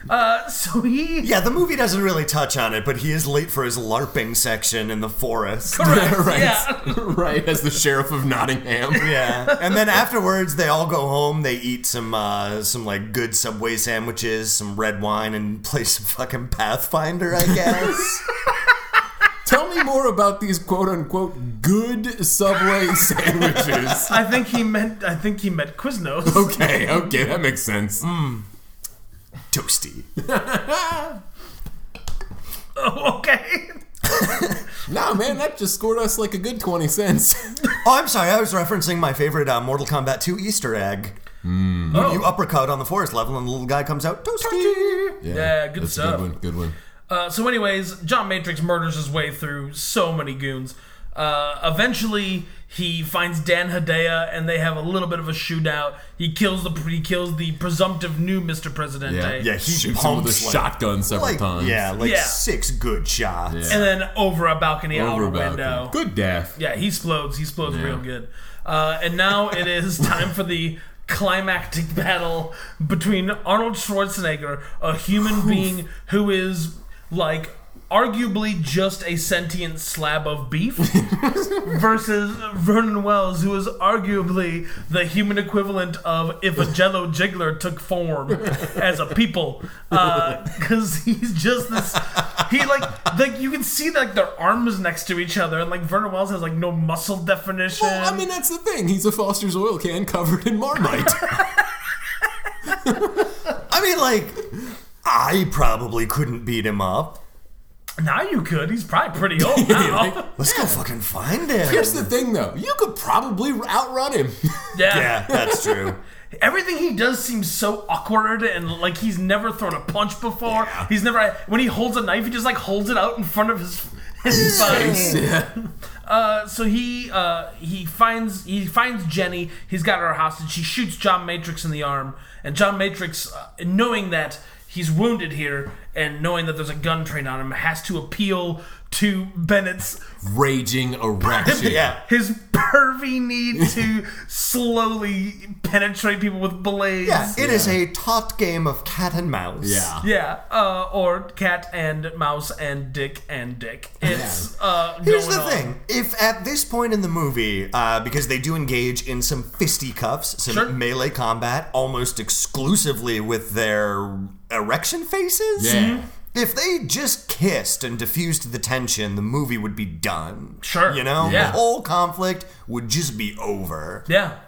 Speaker 1: Uh, so he
Speaker 3: Yeah, the movie doesn't really touch on it, but he is late for his LARPing section in
Speaker 1: *laughs*
Speaker 3: the forest.
Speaker 1: Correct,
Speaker 2: *laughs* Right.
Speaker 1: Yeah.
Speaker 2: right, as the sheriff of Nottingham.
Speaker 3: *laughs* Yeah, and then afterwards they all go home. They eat some uh, some like good Subway sandwiches, some red wine, and play some fucking Pathfinder, I guess.
Speaker 2: Tell me more about these quote unquote good Subway sandwiches.
Speaker 1: I think he meant I think he meant Quiznos.
Speaker 2: *laughs* Okay, okay, that makes sense.
Speaker 3: Toasty.
Speaker 1: Oh, okay.
Speaker 2: Nah, man, that just scored us like a good 20 cents.
Speaker 3: Oh, I'm sorry. I was referencing my favorite uh, Mortal Kombat 2 Easter egg.
Speaker 1: Oh.
Speaker 3: You uppercut on the forest level, and the little guy comes out toasty.
Speaker 1: yeah, good
Speaker 2: that's a
Speaker 1: stuff.
Speaker 2: Good one, good one.
Speaker 1: Uh, so, anyways, John Matrix murders his way through so many goons. Uh, eventually, he finds Dan Hedaya, and they have a little bit of a shootout. He kills the he kills the presumptive new Mr. Presidente.
Speaker 2: Yeah.
Speaker 3: Yeah, he
Speaker 2: Shoots him with
Speaker 3: pumped
Speaker 2: a
Speaker 3: like-
Speaker 2: shotgun several
Speaker 3: Like,
Speaker 2: times.
Speaker 3: yeah, like
Speaker 1: Yeah.
Speaker 3: six good shots.
Speaker 1: And then over a balcony, out
Speaker 2: Over
Speaker 1: a
Speaker 2: about
Speaker 1: window.
Speaker 2: Good death.
Speaker 1: Yeah, he explodes. He explodes real good. Uh, and now it is time for the climactic battle between Arnold Schwarzenegger, a human being who is like arguably just a sentient slab of beef, versus Vernon Wells, who is arguably the human equivalent of if a Jello Jiggler took form as a people, because he's just this. He like like you can see like their arms next to each other, and like Vernon Wells has like no muscle definition.
Speaker 2: Well, I mean, that's the thing. He's a Foster's oil can covered in marmite.
Speaker 3: I mean, like, I probably couldn't beat him up.
Speaker 1: now you could. He's probably pretty old now.
Speaker 3: Let's go fucking find him.
Speaker 2: Here's the thing, though. You could probably outrun him.
Speaker 1: yeah.
Speaker 3: yeah, that's true.
Speaker 1: Everything he does seems so awkward and like he's never thrown a punch before. He's never when he holds a knife, he just like holds it out in front of his his face.
Speaker 2: yeah.
Speaker 1: Uh, so he uh, he finds he finds Jenny. He's got her hostage. He shoots John Matrix in the arm, and John Matrix, uh, knowing that he's wounded here and knowing that there's a gun trained on him, has to appeal to Bennett's
Speaker 2: Raging erection.
Speaker 3: Yeah.
Speaker 1: his pervy
Speaker 3: *laughs*
Speaker 1: need to slowly penetrate people with blades.
Speaker 3: Yeah, it is a taut game of cat and mouse.
Speaker 2: Yeah.
Speaker 1: Yeah, uh, or cat and mouse and dick and dick. It's uh,
Speaker 3: Here's
Speaker 1: going
Speaker 3: the
Speaker 1: on.
Speaker 3: thing. If at this point in the movie, uh, because they do engage in some fisticuffs, some
Speaker 1: Sure.
Speaker 3: melee combat almost exclusively with their erection faces, mm-hmm.
Speaker 2: Yeah.
Speaker 3: if they just kissed and diffused the tension, the movie would be done.
Speaker 1: Sure.
Speaker 3: You know?
Speaker 1: Yeah.
Speaker 3: The whole conflict would just be over.
Speaker 1: Yeah.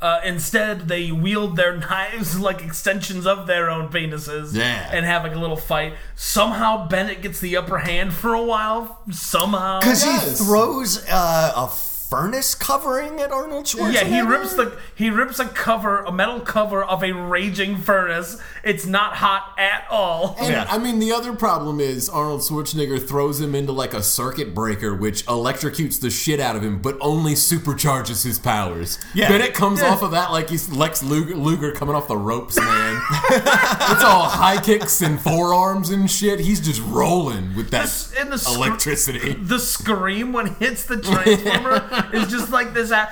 Speaker 1: Uh, instead, they wield their *laughs* knives like extensions of their own penises
Speaker 2: Yeah.
Speaker 1: and have like a little fight. Somehow, Bennett gets the upper hand for a while. Somehow.
Speaker 3: Because
Speaker 2: Yes.
Speaker 3: he throws uh, a furnace covering at Arnold Schwarzenegger.
Speaker 1: Yeah, he rips the he rips a cover, a metal cover of a raging furnace. It's not hot at all. *laughs*
Speaker 2: And,
Speaker 3: Yeah.
Speaker 2: I mean, the other problem is Arnold Schwarzenegger throws him into like a circuit breaker, which electrocutes the shit out of him, but only supercharges his powers.
Speaker 3: Yeah.
Speaker 2: Bennett comes off of that like he's Lex Luger, Luger coming off the ropes, man. *laughs* it's all high kicks and forearms and shit. He's just rolling with that
Speaker 1: This- and the scr-
Speaker 2: *laughs* electricity.
Speaker 1: The scream when it hits the transformer is just like this. Uh,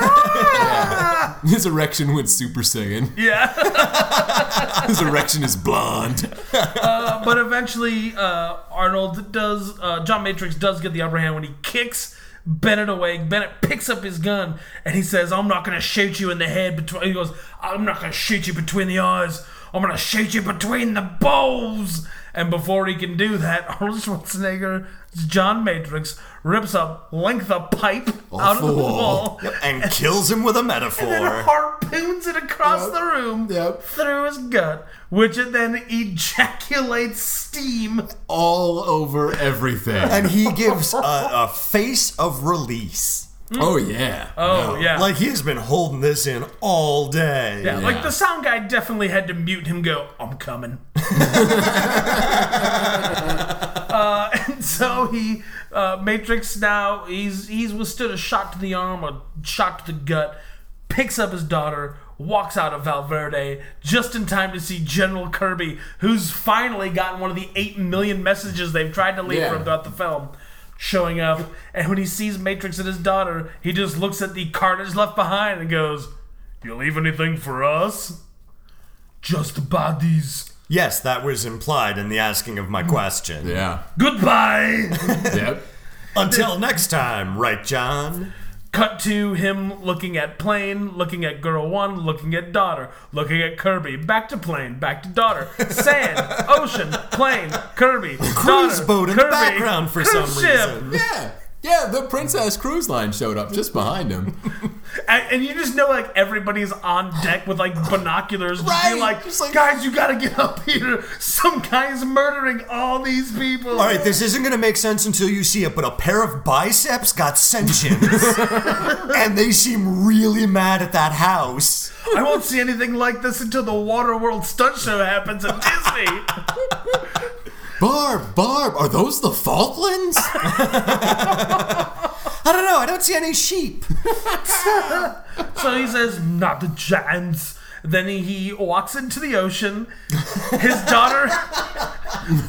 Speaker 1: ah!
Speaker 2: His erection went Super Saiyan.
Speaker 1: yeah.
Speaker 2: *laughs* His erection is blonde.
Speaker 1: but eventually, uh, Arnold does. Uh, John Matrix does get the upper hand when he kicks Bennett away. Bennett picks up his gun and he says, "I'm not gonna shoot you in the head." Between he goes, "I'm not gonna shoot you between the eyes. I'm gonna shoot you between the balls." And before he can do that, *laughs* Arnold Schwarzenegger, John Matrix, rips a length of pipe out of the
Speaker 2: the wall.
Speaker 1: wall.
Speaker 3: Yep, and kills him with
Speaker 1: *laughs*
Speaker 3: a
Speaker 1: And then
Speaker 3: metaphor.
Speaker 1: harpoons it across
Speaker 2: Yep.
Speaker 1: the room
Speaker 2: Yep.
Speaker 1: through his gut, which it then ejaculates steam
Speaker 2: All over everything.
Speaker 3: and
Speaker 1: *laughs*
Speaker 3: he gives a, a face of release.
Speaker 2: oh, yeah.
Speaker 1: Oh yeah.
Speaker 3: Like he's been holding this in all day.
Speaker 1: yeah. like
Speaker 2: yeah.
Speaker 1: the sound guy definitely had to mute him. Go, I'm coming. uh, and *laughs* so he, uh, Matrix now he's he's withstood a shot to the arm, a shot to the gut, picks up his daughter, walks out of Valverde just in time to see General Kirby, who's finally gotten one of the eight million messages they've tried to leave
Speaker 2: Yeah.
Speaker 1: for him throughout the film. Showing up, and when he sees Matrix and his daughter, he just looks at the carnage left behind and goes, "You leave anything for us? Just bodies.
Speaker 3: Yes, that was implied in the asking of
Speaker 1: Mm-hmm.
Speaker 3: my question.
Speaker 2: Yeah.
Speaker 1: Goodbye."
Speaker 2: Yep.
Speaker 3: Until next time, right, John?
Speaker 1: Cut to him looking at plane, looking at girl one, looking at daughter, looking at Kirby, back to plane, back to daughter,
Speaker 3: *laughs*
Speaker 1: sand, ocean, plane, Kirby,
Speaker 3: Cruise
Speaker 1: daughter,
Speaker 3: boat in the
Speaker 1: Kirby,
Speaker 3: background for some
Speaker 1: cruise ship.
Speaker 3: reason.
Speaker 2: Yeah. Yeah, the Princess Cruise Line showed up just behind him.
Speaker 1: And, and you just know like everybody's on deck with like binoculars, just being
Speaker 2: Right,
Speaker 1: like,
Speaker 2: just like-
Speaker 1: guys, you gotta get up here. Some guy's murdering all these people.
Speaker 3: All right, this isn't going to make sense until you see it, but a pair of biceps got
Speaker 1: *laughs*
Speaker 3: sentience. and they seem really mad at that house.
Speaker 1: I won't
Speaker 3: *laughs*
Speaker 1: see anything like this until the Waterworld stunt show happens at Disney.
Speaker 2: Barb, Barb, are those the Falklands?
Speaker 3: I don't know. I don't see any sheep.
Speaker 1: So he says, "Not the giants." Then he, he walks into the ocean. His daughter,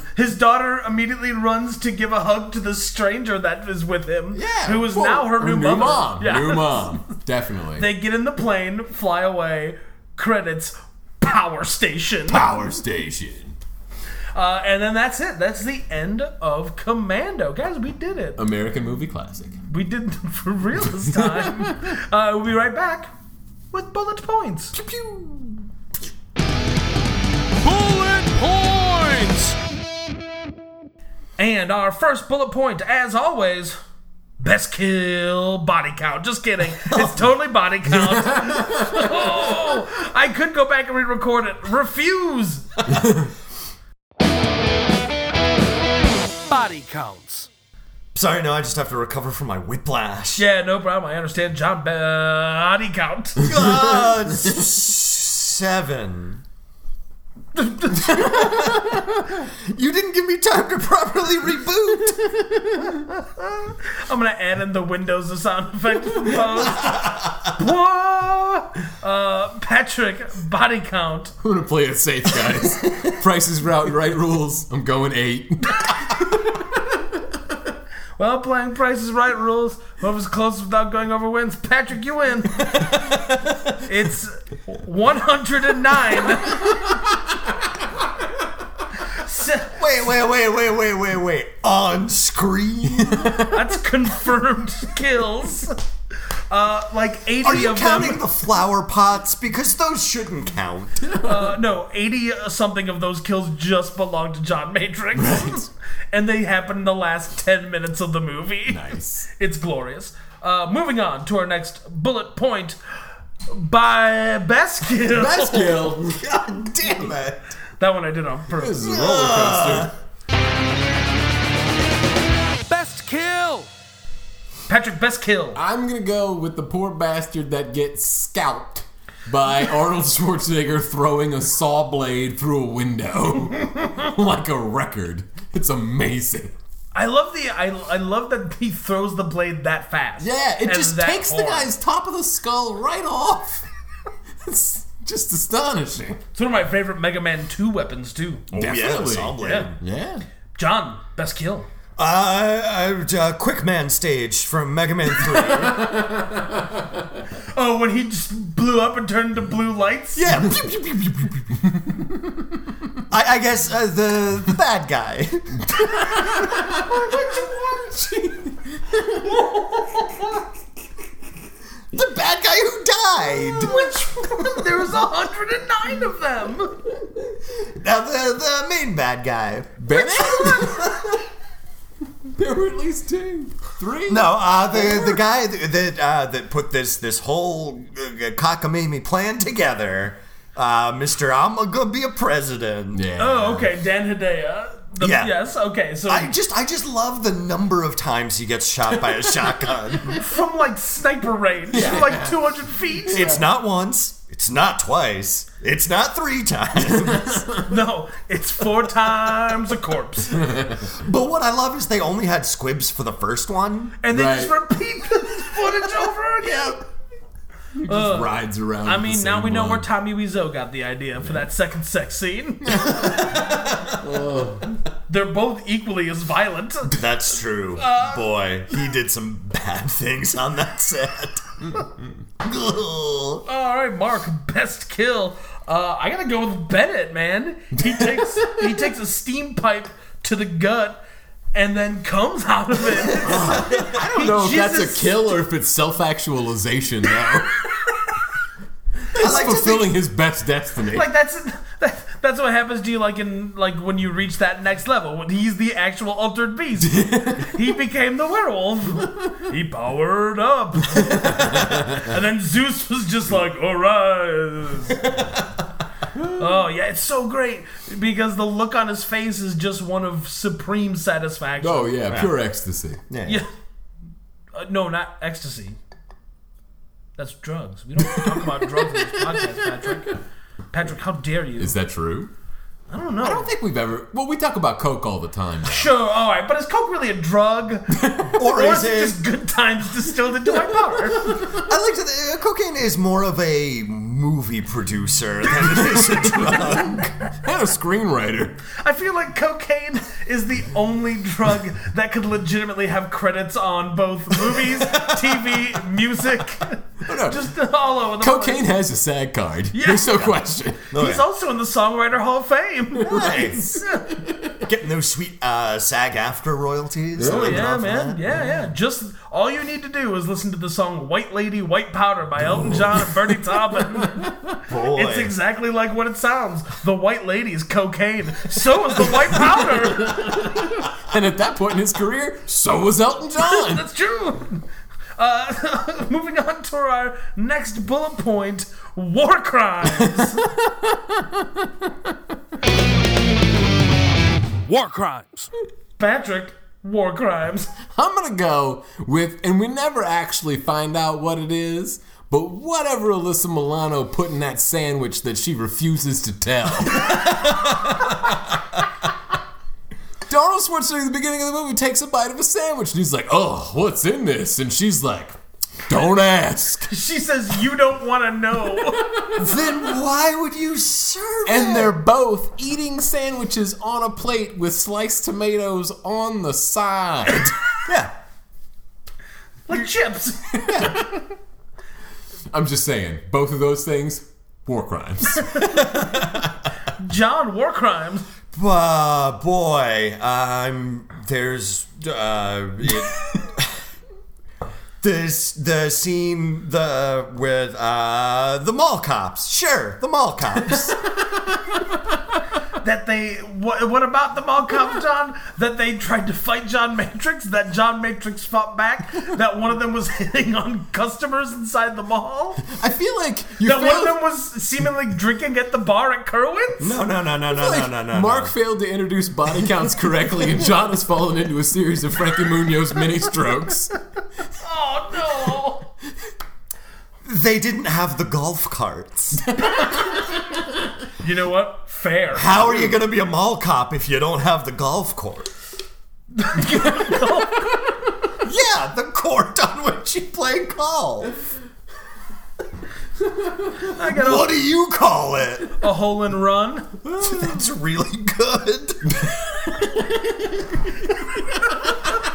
Speaker 1: *laughs* his daughter immediately runs to give a hug to the stranger that is with him,
Speaker 3: Yeah,
Speaker 1: who is
Speaker 3: well,
Speaker 1: now her new,
Speaker 2: New
Speaker 1: mother.
Speaker 2: mom,
Speaker 1: Yeah.
Speaker 2: new
Speaker 1: *laughs*
Speaker 2: mom, definitely.
Speaker 1: They get in the plane, fly away. Credits. Power station.
Speaker 2: Power station.
Speaker 1: Uh, and then that's it. That's the end of Commando. Guys, we did it.
Speaker 2: American movie classic.
Speaker 1: We did it *laughs* for real this time. uh, we'll be right back with bullet points.
Speaker 4: Bullet points!
Speaker 1: And our first bullet point, as always, best kill body count. Just kidding. It's totally body count. *laughs* oh, I could go back and re record it. Refuse.
Speaker 4: *laughs* Body counts.
Speaker 3: Sorry, no. I just have to recover from my whiplash.
Speaker 1: Yeah, no problem. I understand. John, body count.
Speaker 3: *laughs*
Speaker 1: *laughs*
Speaker 3: Uh, s- seven. you didn't give me time to properly reboot.
Speaker 1: I'm gonna add in the Windows the sound effect for post.
Speaker 3: *laughs*
Speaker 1: Whoa! uh, Patrick, body count.
Speaker 2: *laughs* I'm gonna play it safe, guys. Price is right, right rules. I'm going eight.
Speaker 1: Well, playing Price is Right rules. Whoever's closest without going over wins. Patrick, you
Speaker 3: *laughs*
Speaker 1: win. it's
Speaker 3: *laughs*
Speaker 1: 109. Se-
Speaker 3: Wait, wait, wait, wait, wait, wait, wait. On screen?
Speaker 1: *laughs* That's confirmed kills. Uh, like 80
Speaker 3: Are you
Speaker 1: of
Speaker 3: counting
Speaker 1: them.
Speaker 3: the flower pots? Because those shouldn't count.
Speaker 1: Uh, no, 80 something of those kills just belong to John Matrix. *laughs* and they happen in the last 10 minutes of the movie.
Speaker 2: Nice.
Speaker 1: *laughs* It's glorious. Uh, moving on to our next bullet point by best kill.
Speaker 2: *laughs* Best kill.
Speaker 3: God damn it.
Speaker 1: *laughs* that one I did on purpose.
Speaker 2: This is a roller coaster.
Speaker 4: Best kill!
Speaker 1: Patrick, best kill.
Speaker 2: I'm gonna go with the poor bastard that gets scalped
Speaker 1: *laughs*
Speaker 2: by Arnold Schwarzenegger throwing a saw blade through a
Speaker 1: *laughs*
Speaker 2: window like a record. It's amazing.
Speaker 1: I love the I, I love that he throws the blade that fast.
Speaker 2: Yeah, it
Speaker 1: and
Speaker 2: just
Speaker 1: that
Speaker 2: takes the
Speaker 1: hard.
Speaker 2: guy's top of the skull right
Speaker 1: *laughs*
Speaker 2: off. It's just astonishing.
Speaker 1: It's one of my favorite Mega Man 2 weapons too.
Speaker 2: Definitely.
Speaker 1: Oh, Yeah.
Speaker 2: Yeah.
Speaker 1: John, best kill.
Speaker 3: Uh, uh, uh, Quick Man stage from Mega Man 3.
Speaker 1: *laughs* Oh, when he just blew up and turned into blue lights?
Speaker 3: yeah. I, I guess uh, the, the
Speaker 1: *laughs*
Speaker 3: bad guy. the bad guy who died.
Speaker 1: Which *laughs* one? There was 109 of them.
Speaker 3: Now, the, the main bad guy.
Speaker 2: Bennett? *laughs* there were at least two. Three?
Speaker 3: No, uh, the the guy th- that uh, that put this this whole uh, cockamamie plan together, uh, Mister, I'm gonna be a president.
Speaker 2: Yeah.
Speaker 1: Oh, okay. Dan Hedaya. The-
Speaker 3: Yeah.
Speaker 1: Yes. Okay. So
Speaker 3: I just I just love the number of times he gets shot by
Speaker 1: *laughs*
Speaker 3: a shotgun.
Speaker 1: from like sniper range, like 200 feet.
Speaker 3: It's not once. It's not twice. It's not three
Speaker 1: *laughs*
Speaker 3: times.
Speaker 1: no, it's four times a corpse,
Speaker 3: but what I love is they only had squibs for the first one.
Speaker 1: and they
Speaker 2: Right.
Speaker 1: just repeat this footage over again.
Speaker 2: Just rides around.
Speaker 1: Uh, I
Speaker 2: with the
Speaker 1: mean, now
Speaker 2: same
Speaker 1: we know where
Speaker 2: one.
Speaker 1: Tommy Wiseau got the idea for that second sex *laughs* scene. They're both equally as violent. *laughs*
Speaker 3: That's true.
Speaker 1: Uh.
Speaker 3: Boy, he did some bad things on that
Speaker 1: *laughs*
Speaker 3: set. *laughs* Ugh.
Speaker 1: All right, Mark, best kill. Uh, I gotta go with Bennett, man. He takes he takes a steam pipe to the gut and then comes out of
Speaker 2: *laughs*
Speaker 1: it. I don't *laughs*
Speaker 2: know if that's a kill or if it's self actualization, though.
Speaker 3: I like to think-
Speaker 2: fulfilling his best destiny.
Speaker 1: Like that's that, that's what happens to you, like in like when you reach that next level. When he's the actual altered beast, he became the werewolf. He powered up, and then Zeus was just like, "Arise." Oh yeah, it's so great because the look on his face is just one of supreme satisfaction.
Speaker 2: oh, yeah, pure ecstasy.
Speaker 1: Yeah. Uh, no, not ecstasy. That's drugs. We don't talk about drugs on this podcast, Patrick. Patrick, how dare you?
Speaker 2: Is that true?
Speaker 1: I don't know.
Speaker 2: I don't think we've ever. Well, we talk about coke all the time.
Speaker 1: Sure, all right, but is coke really a *laughs* drug,
Speaker 3: Or
Speaker 1: or is
Speaker 3: is
Speaker 1: it
Speaker 3: it?
Speaker 1: just good times distilled into my powder?
Speaker 3: I like to. Th- uh, cocaine is more of a movie producer than it is a drug.
Speaker 2: And a screenwriter.
Speaker 1: I feel like cocaine is the only drug that could legitimately have credits on both *laughs* movies, TV, music,
Speaker 2: no.
Speaker 1: just all over the
Speaker 2: Cocaine
Speaker 1: place.
Speaker 2: has a SAG card. There's no question.
Speaker 1: He's
Speaker 3: Oh,
Speaker 1: also in the Songwriter Hall of Fame.
Speaker 3: Nice. Getting those sweet uh, SAG after royalties.
Speaker 2: Yeah.
Speaker 3: that they
Speaker 1: Yeah,
Speaker 3: draw from
Speaker 1: man.
Speaker 3: that.
Speaker 1: Yeah, yeah. Just all you need to do is listen to the song "White Lady, White Powder" by Elton John and *laughs* Bernie Taupin.
Speaker 3: Boy.
Speaker 1: It's exactly like what it sounds. The white lady is cocaine. So is the white powder.
Speaker 2: And at that point in his career, so was Elton John.
Speaker 1: That's true. Uh, *laughs* moving on to our next bullet point: war crimes.
Speaker 4: *laughs* War crimes.
Speaker 1: Patrick, war crimes.
Speaker 2: I'm gonna go with, and we never actually find out what it is, but whatever Alyssa Milano put in that sandwich that she refuses to tell. Donald Schwarzenegger at the beginning of the movie takes a bite of a sandwich and he's like, "Oh, what's in this?" And she's like,
Speaker 1: *laughs*
Speaker 2: "Don't ask."
Speaker 1: She says you don't want to
Speaker 4: *laughs*
Speaker 1: know.
Speaker 3: Then why would you serve
Speaker 2: And
Speaker 3: it?
Speaker 2: they're both eating sandwiches on a plate with sliced tomatoes on the side.
Speaker 3: Yeah.
Speaker 1: like chips.
Speaker 2: I'm just saying, both of those things, war crimes.
Speaker 1: John, war crimes.
Speaker 3: Uh, boy, I'm there's uh, it, *laughs* this the scene the with uh the mall cops. Sure, the mall *laughs* cops.
Speaker 1: that they what, what about the mall cop John? That they tried to fight John Matrix. That John Matrix fought back. That one of them was *laughs* hitting on customers inside the mall.
Speaker 2: I feel like you
Speaker 1: That one of
Speaker 2: failed.
Speaker 1: them was seemingly drinking at the bar at Kerwin's.
Speaker 3: no, no, no, no, no,
Speaker 2: like
Speaker 3: no, no, no.
Speaker 2: Mark failed to introduce body counts correctly, and John has fallen into a series of Frankie Munoz mini strokes.
Speaker 1: Oh no!
Speaker 3: no. they didn't have the golf carts.
Speaker 1: You know what? Fair.
Speaker 3: How are you gonna be a mall cop if you don't have the golf court? yeah, the court on which you play golf.
Speaker 1: I got
Speaker 3: What do you call it?
Speaker 1: a, a hole in run.
Speaker 3: That's really good.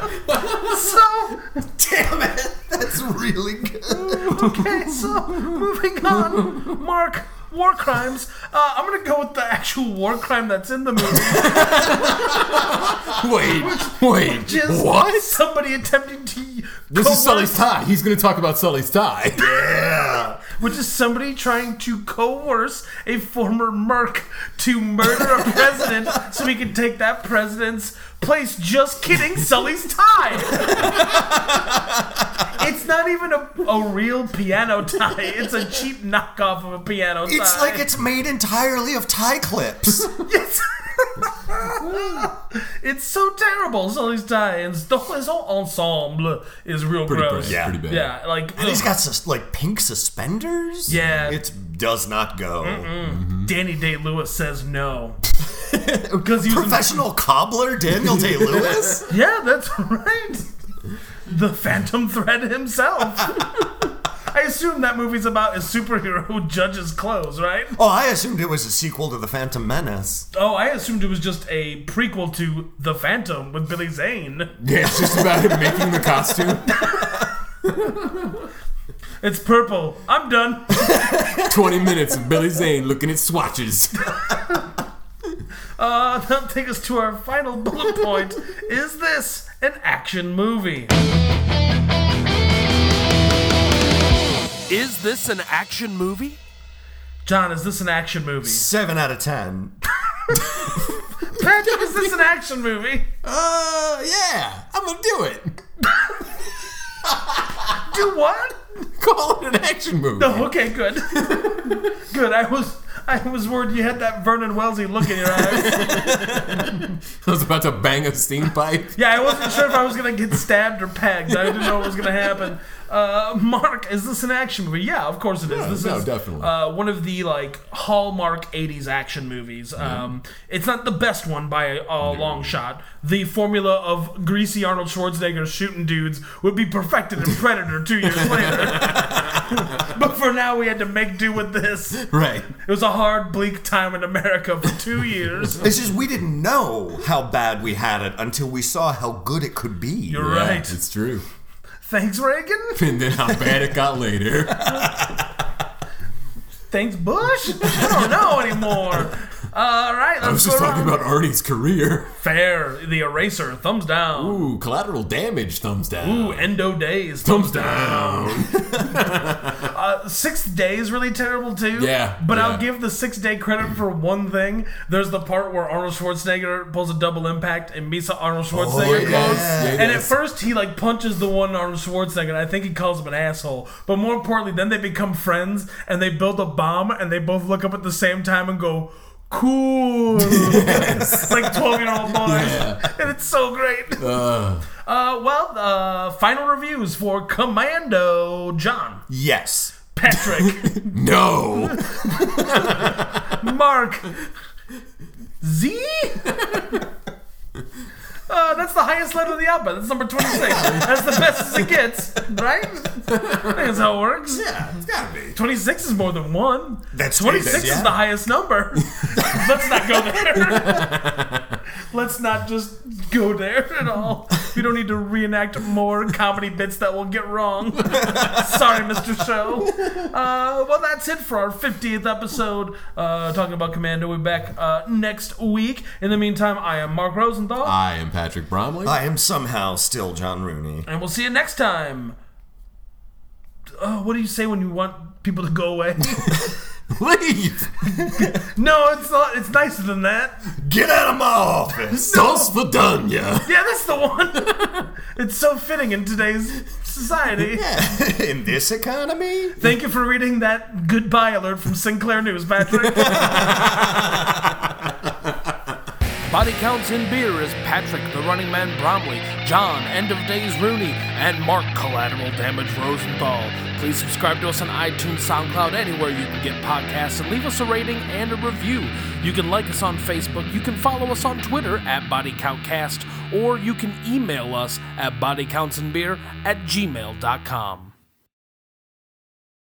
Speaker 1: So
Speaker 3: Damn it. That's really good.
Speaker 1: okay, so moving on. Mark, war crimes. Uh, I'm gonna go with the actual war crime that's in the movie.
Speaker 2: Wait, wait,
Speaker 1: Just
Speaker 2: what?
Speaker 1: Somebody attempting to.
Speaker 2: This is
Speaker 1: coerce-
Speaker 2: Sully's tie. He's going to talk about Sully's tie.
Speaker 1: which is somebody trying to coerce a former merc to murder a president so he can take that president's place. Just kidding, Sully's tie. it's not even a, a real piano tie. It's a cheap knockoff of a piano tie.
Speaker 3: It's like it's made entirely of tie clips.
Speaker 1: Yes. it's so terrible. Sully's tie and the whole, his whole ensemble is real
Speaker 2: Pretty
Speaker 1: gross.
Speaker 2: bad.
Speaker 3: Yeah.
Speaker 2: Pretty bad.
Speaker 1: Yeah, like
Speaker 3: He's
Speaker 1: ugh.
Speaker 3: got sus- like pink suspenders.
Speaker 1: Yeah.
Speaker 3: It does not go.
Speaker 1: Danny Day Lewis says
Speaker 3: *laughs*
Speaker 1: no because he was in
Speaker 3: Professional cobbler Daniel Day Lewis?
Speaker 1: Yeah, that's right. The Phantom Thread himself. I assume that movie's about a superhero who judges clothes, right?
Speaker 3: oh, I assumed it was a sequel to The Phantom Menace.
Speaker 1: Oh, I assumed it was just a prequel to The Phantom with Billy Zane.
Speaker 2: Yeah, it's just about him making the costume.
Speaker 1: It's purple. I'm done.
Speaker 2: 20 minutes of Billy Zane looking at swatches.
Speaker 1: Uh, *laughs* that'll take us to our final bullet point. Is this an action movie?
Speaker 4: Is this an action movie?
Speaker 1: John, is this an action movie?
Speaker 3: Seven out of ten.
Speaker 1: Patrick, is this an action movie?
Speaker 2: Uh, yeah, I'm going to do it.
Speaker 1: Do what?
Speaker 2: Call it an action movie.
Speaker 1: Oh, okay, good.
Speaker 2: *laughs*
Speaker 1: good. I was I was worried you had that Vernon Wellesley look in your eyes.
Speaker 2: I was about to bang a steam pipe.
Speaker 1: Yeah, I wasn't sure if I was gonna get stabbed or pegged. I didn't know what was gonna happen. uh, Mark, is this an action movie? Yeah, of course it is. this
Speaker 2: no,
Speaker 1: is
Speaker 2: definitely.
Speaker 1: Uh, one of the like hallmark '80s action movies. Um, it's not the best one by a, a long shot. The formula of greasy Arnold Schwarzenegger shooting dudes would be perfected in Predator two years
Speaker 2: *laughs*
Speaker 1: later. *laughs* but for now, we had to make do with this. It
Speaker 2: Right.
Speaker 1: was a hard, bleak time in America for two
Speaker 2: *laughs*
Speaker 1: years.
Speaker 3: It's just we didn't know how bad we had it until we saw how good it could be.
Speaker 1: You're
Speaker 2: Yeah,
Speaker 1: right.
Speaker 2: It's true.
Speaker 1: Thanks, Reagan.
Speaker 2: And then how bad it got later.
Speaker 1: Thanks, Bush. I don't know anymore. All right, let's
Speaker 2: I was just
Speaker 1: go
Speaker 2: talking
Speaker 1: around.
Speaker 2: about Arnie's career.
Speaker 1: Fair, the eraser, thumbs down.
Speaker 2: Ooh, collateral damage, thumbs down.
Speaker 1: Ooh, endo days.
Speaker 2: thumbs down. *laughs*
Speaker 1: Uh, sixth day is really terrible too.
Speaker 2: Yeah,
Speaker 1: But
Speaker 2: yeah.
Speaker 1: I'll give the sixth day credit for one thing. There's the part where Arnold Schwarzenegger pulls a double impact and Misa Arnold
Speaker 2: Oh,
Speaker 1: Schwarzenegger
Speaker 2: yes,
Speaker 1: quotes.
Speaker 2: yes.
Speaker 1: And at first he like punches the one Arnold Schwarzenegger. And I think he calls him an asshole. But more importantly, then they become friends and they build a bomb and they both look up at the same time and go. Cool. It's like 12 year old boys. And it's so great. Uh, well, uh, final reviews for Commando John,
Speaker 3: Yes.
Speaker 1: Patrick,
Speaker 2: No.
Speaker 1: Mark, Z? Uh, that's the highest letter of the alphabet. That's number 26. That's the best as it gets, right? I think that's how it works.
Speaker 2: yeah, it's gotta be.
Speaker 1: 26 is more than one.
Speaker 3: That's
Speaker 1: 26
Speaker 3: yeah.
Speaker 1: is the highest number. Let's not go there. Let's not just go there at all. We don't need to reenact more comedy bits that we'll get wrong. Sorry, Mr. Show. Uh, well, that's it for our 50th episode uh, talking about Commando. We'll be back uh, next week. In the meantime, I am Mark Rosenthal,
Speaker 2: I am Patrick Bromley.
Speaker 3: I am somehow still John Rooney. *laughs*
Speaker 1: and we'll see you next time. Uh, what do you say when you want people to go away?
Speaker 2: Leave.
Speaker 1: no, it's not, it's nicer than that.
Speaker 3: Get out of my office!
Speaker 2: Dos Vidania.
Speaker 1: Yeah, that's the
Speaker 4: *laughs*
Speaker 1: one. it's so fitting in today's society.
Speaker 3: In this economy?
Speaker 1: Thank you for reading that goodbye alert from Sinclair News, Patrick.
Speaker 4: *laughs* Body counts in beer is Patrick, the running man Bromley, John, end of days Rooney, and Mark, collateral damage Rosenthal. Please subscribe to us on iTunes, SoundCloud, anywhere you can get podcasts, and leave us a rating and a review. You can like us on Facebook, you can follow us on Twitter at BodyCountCast, or you can email us at bodycountsandbeer at gmail.com.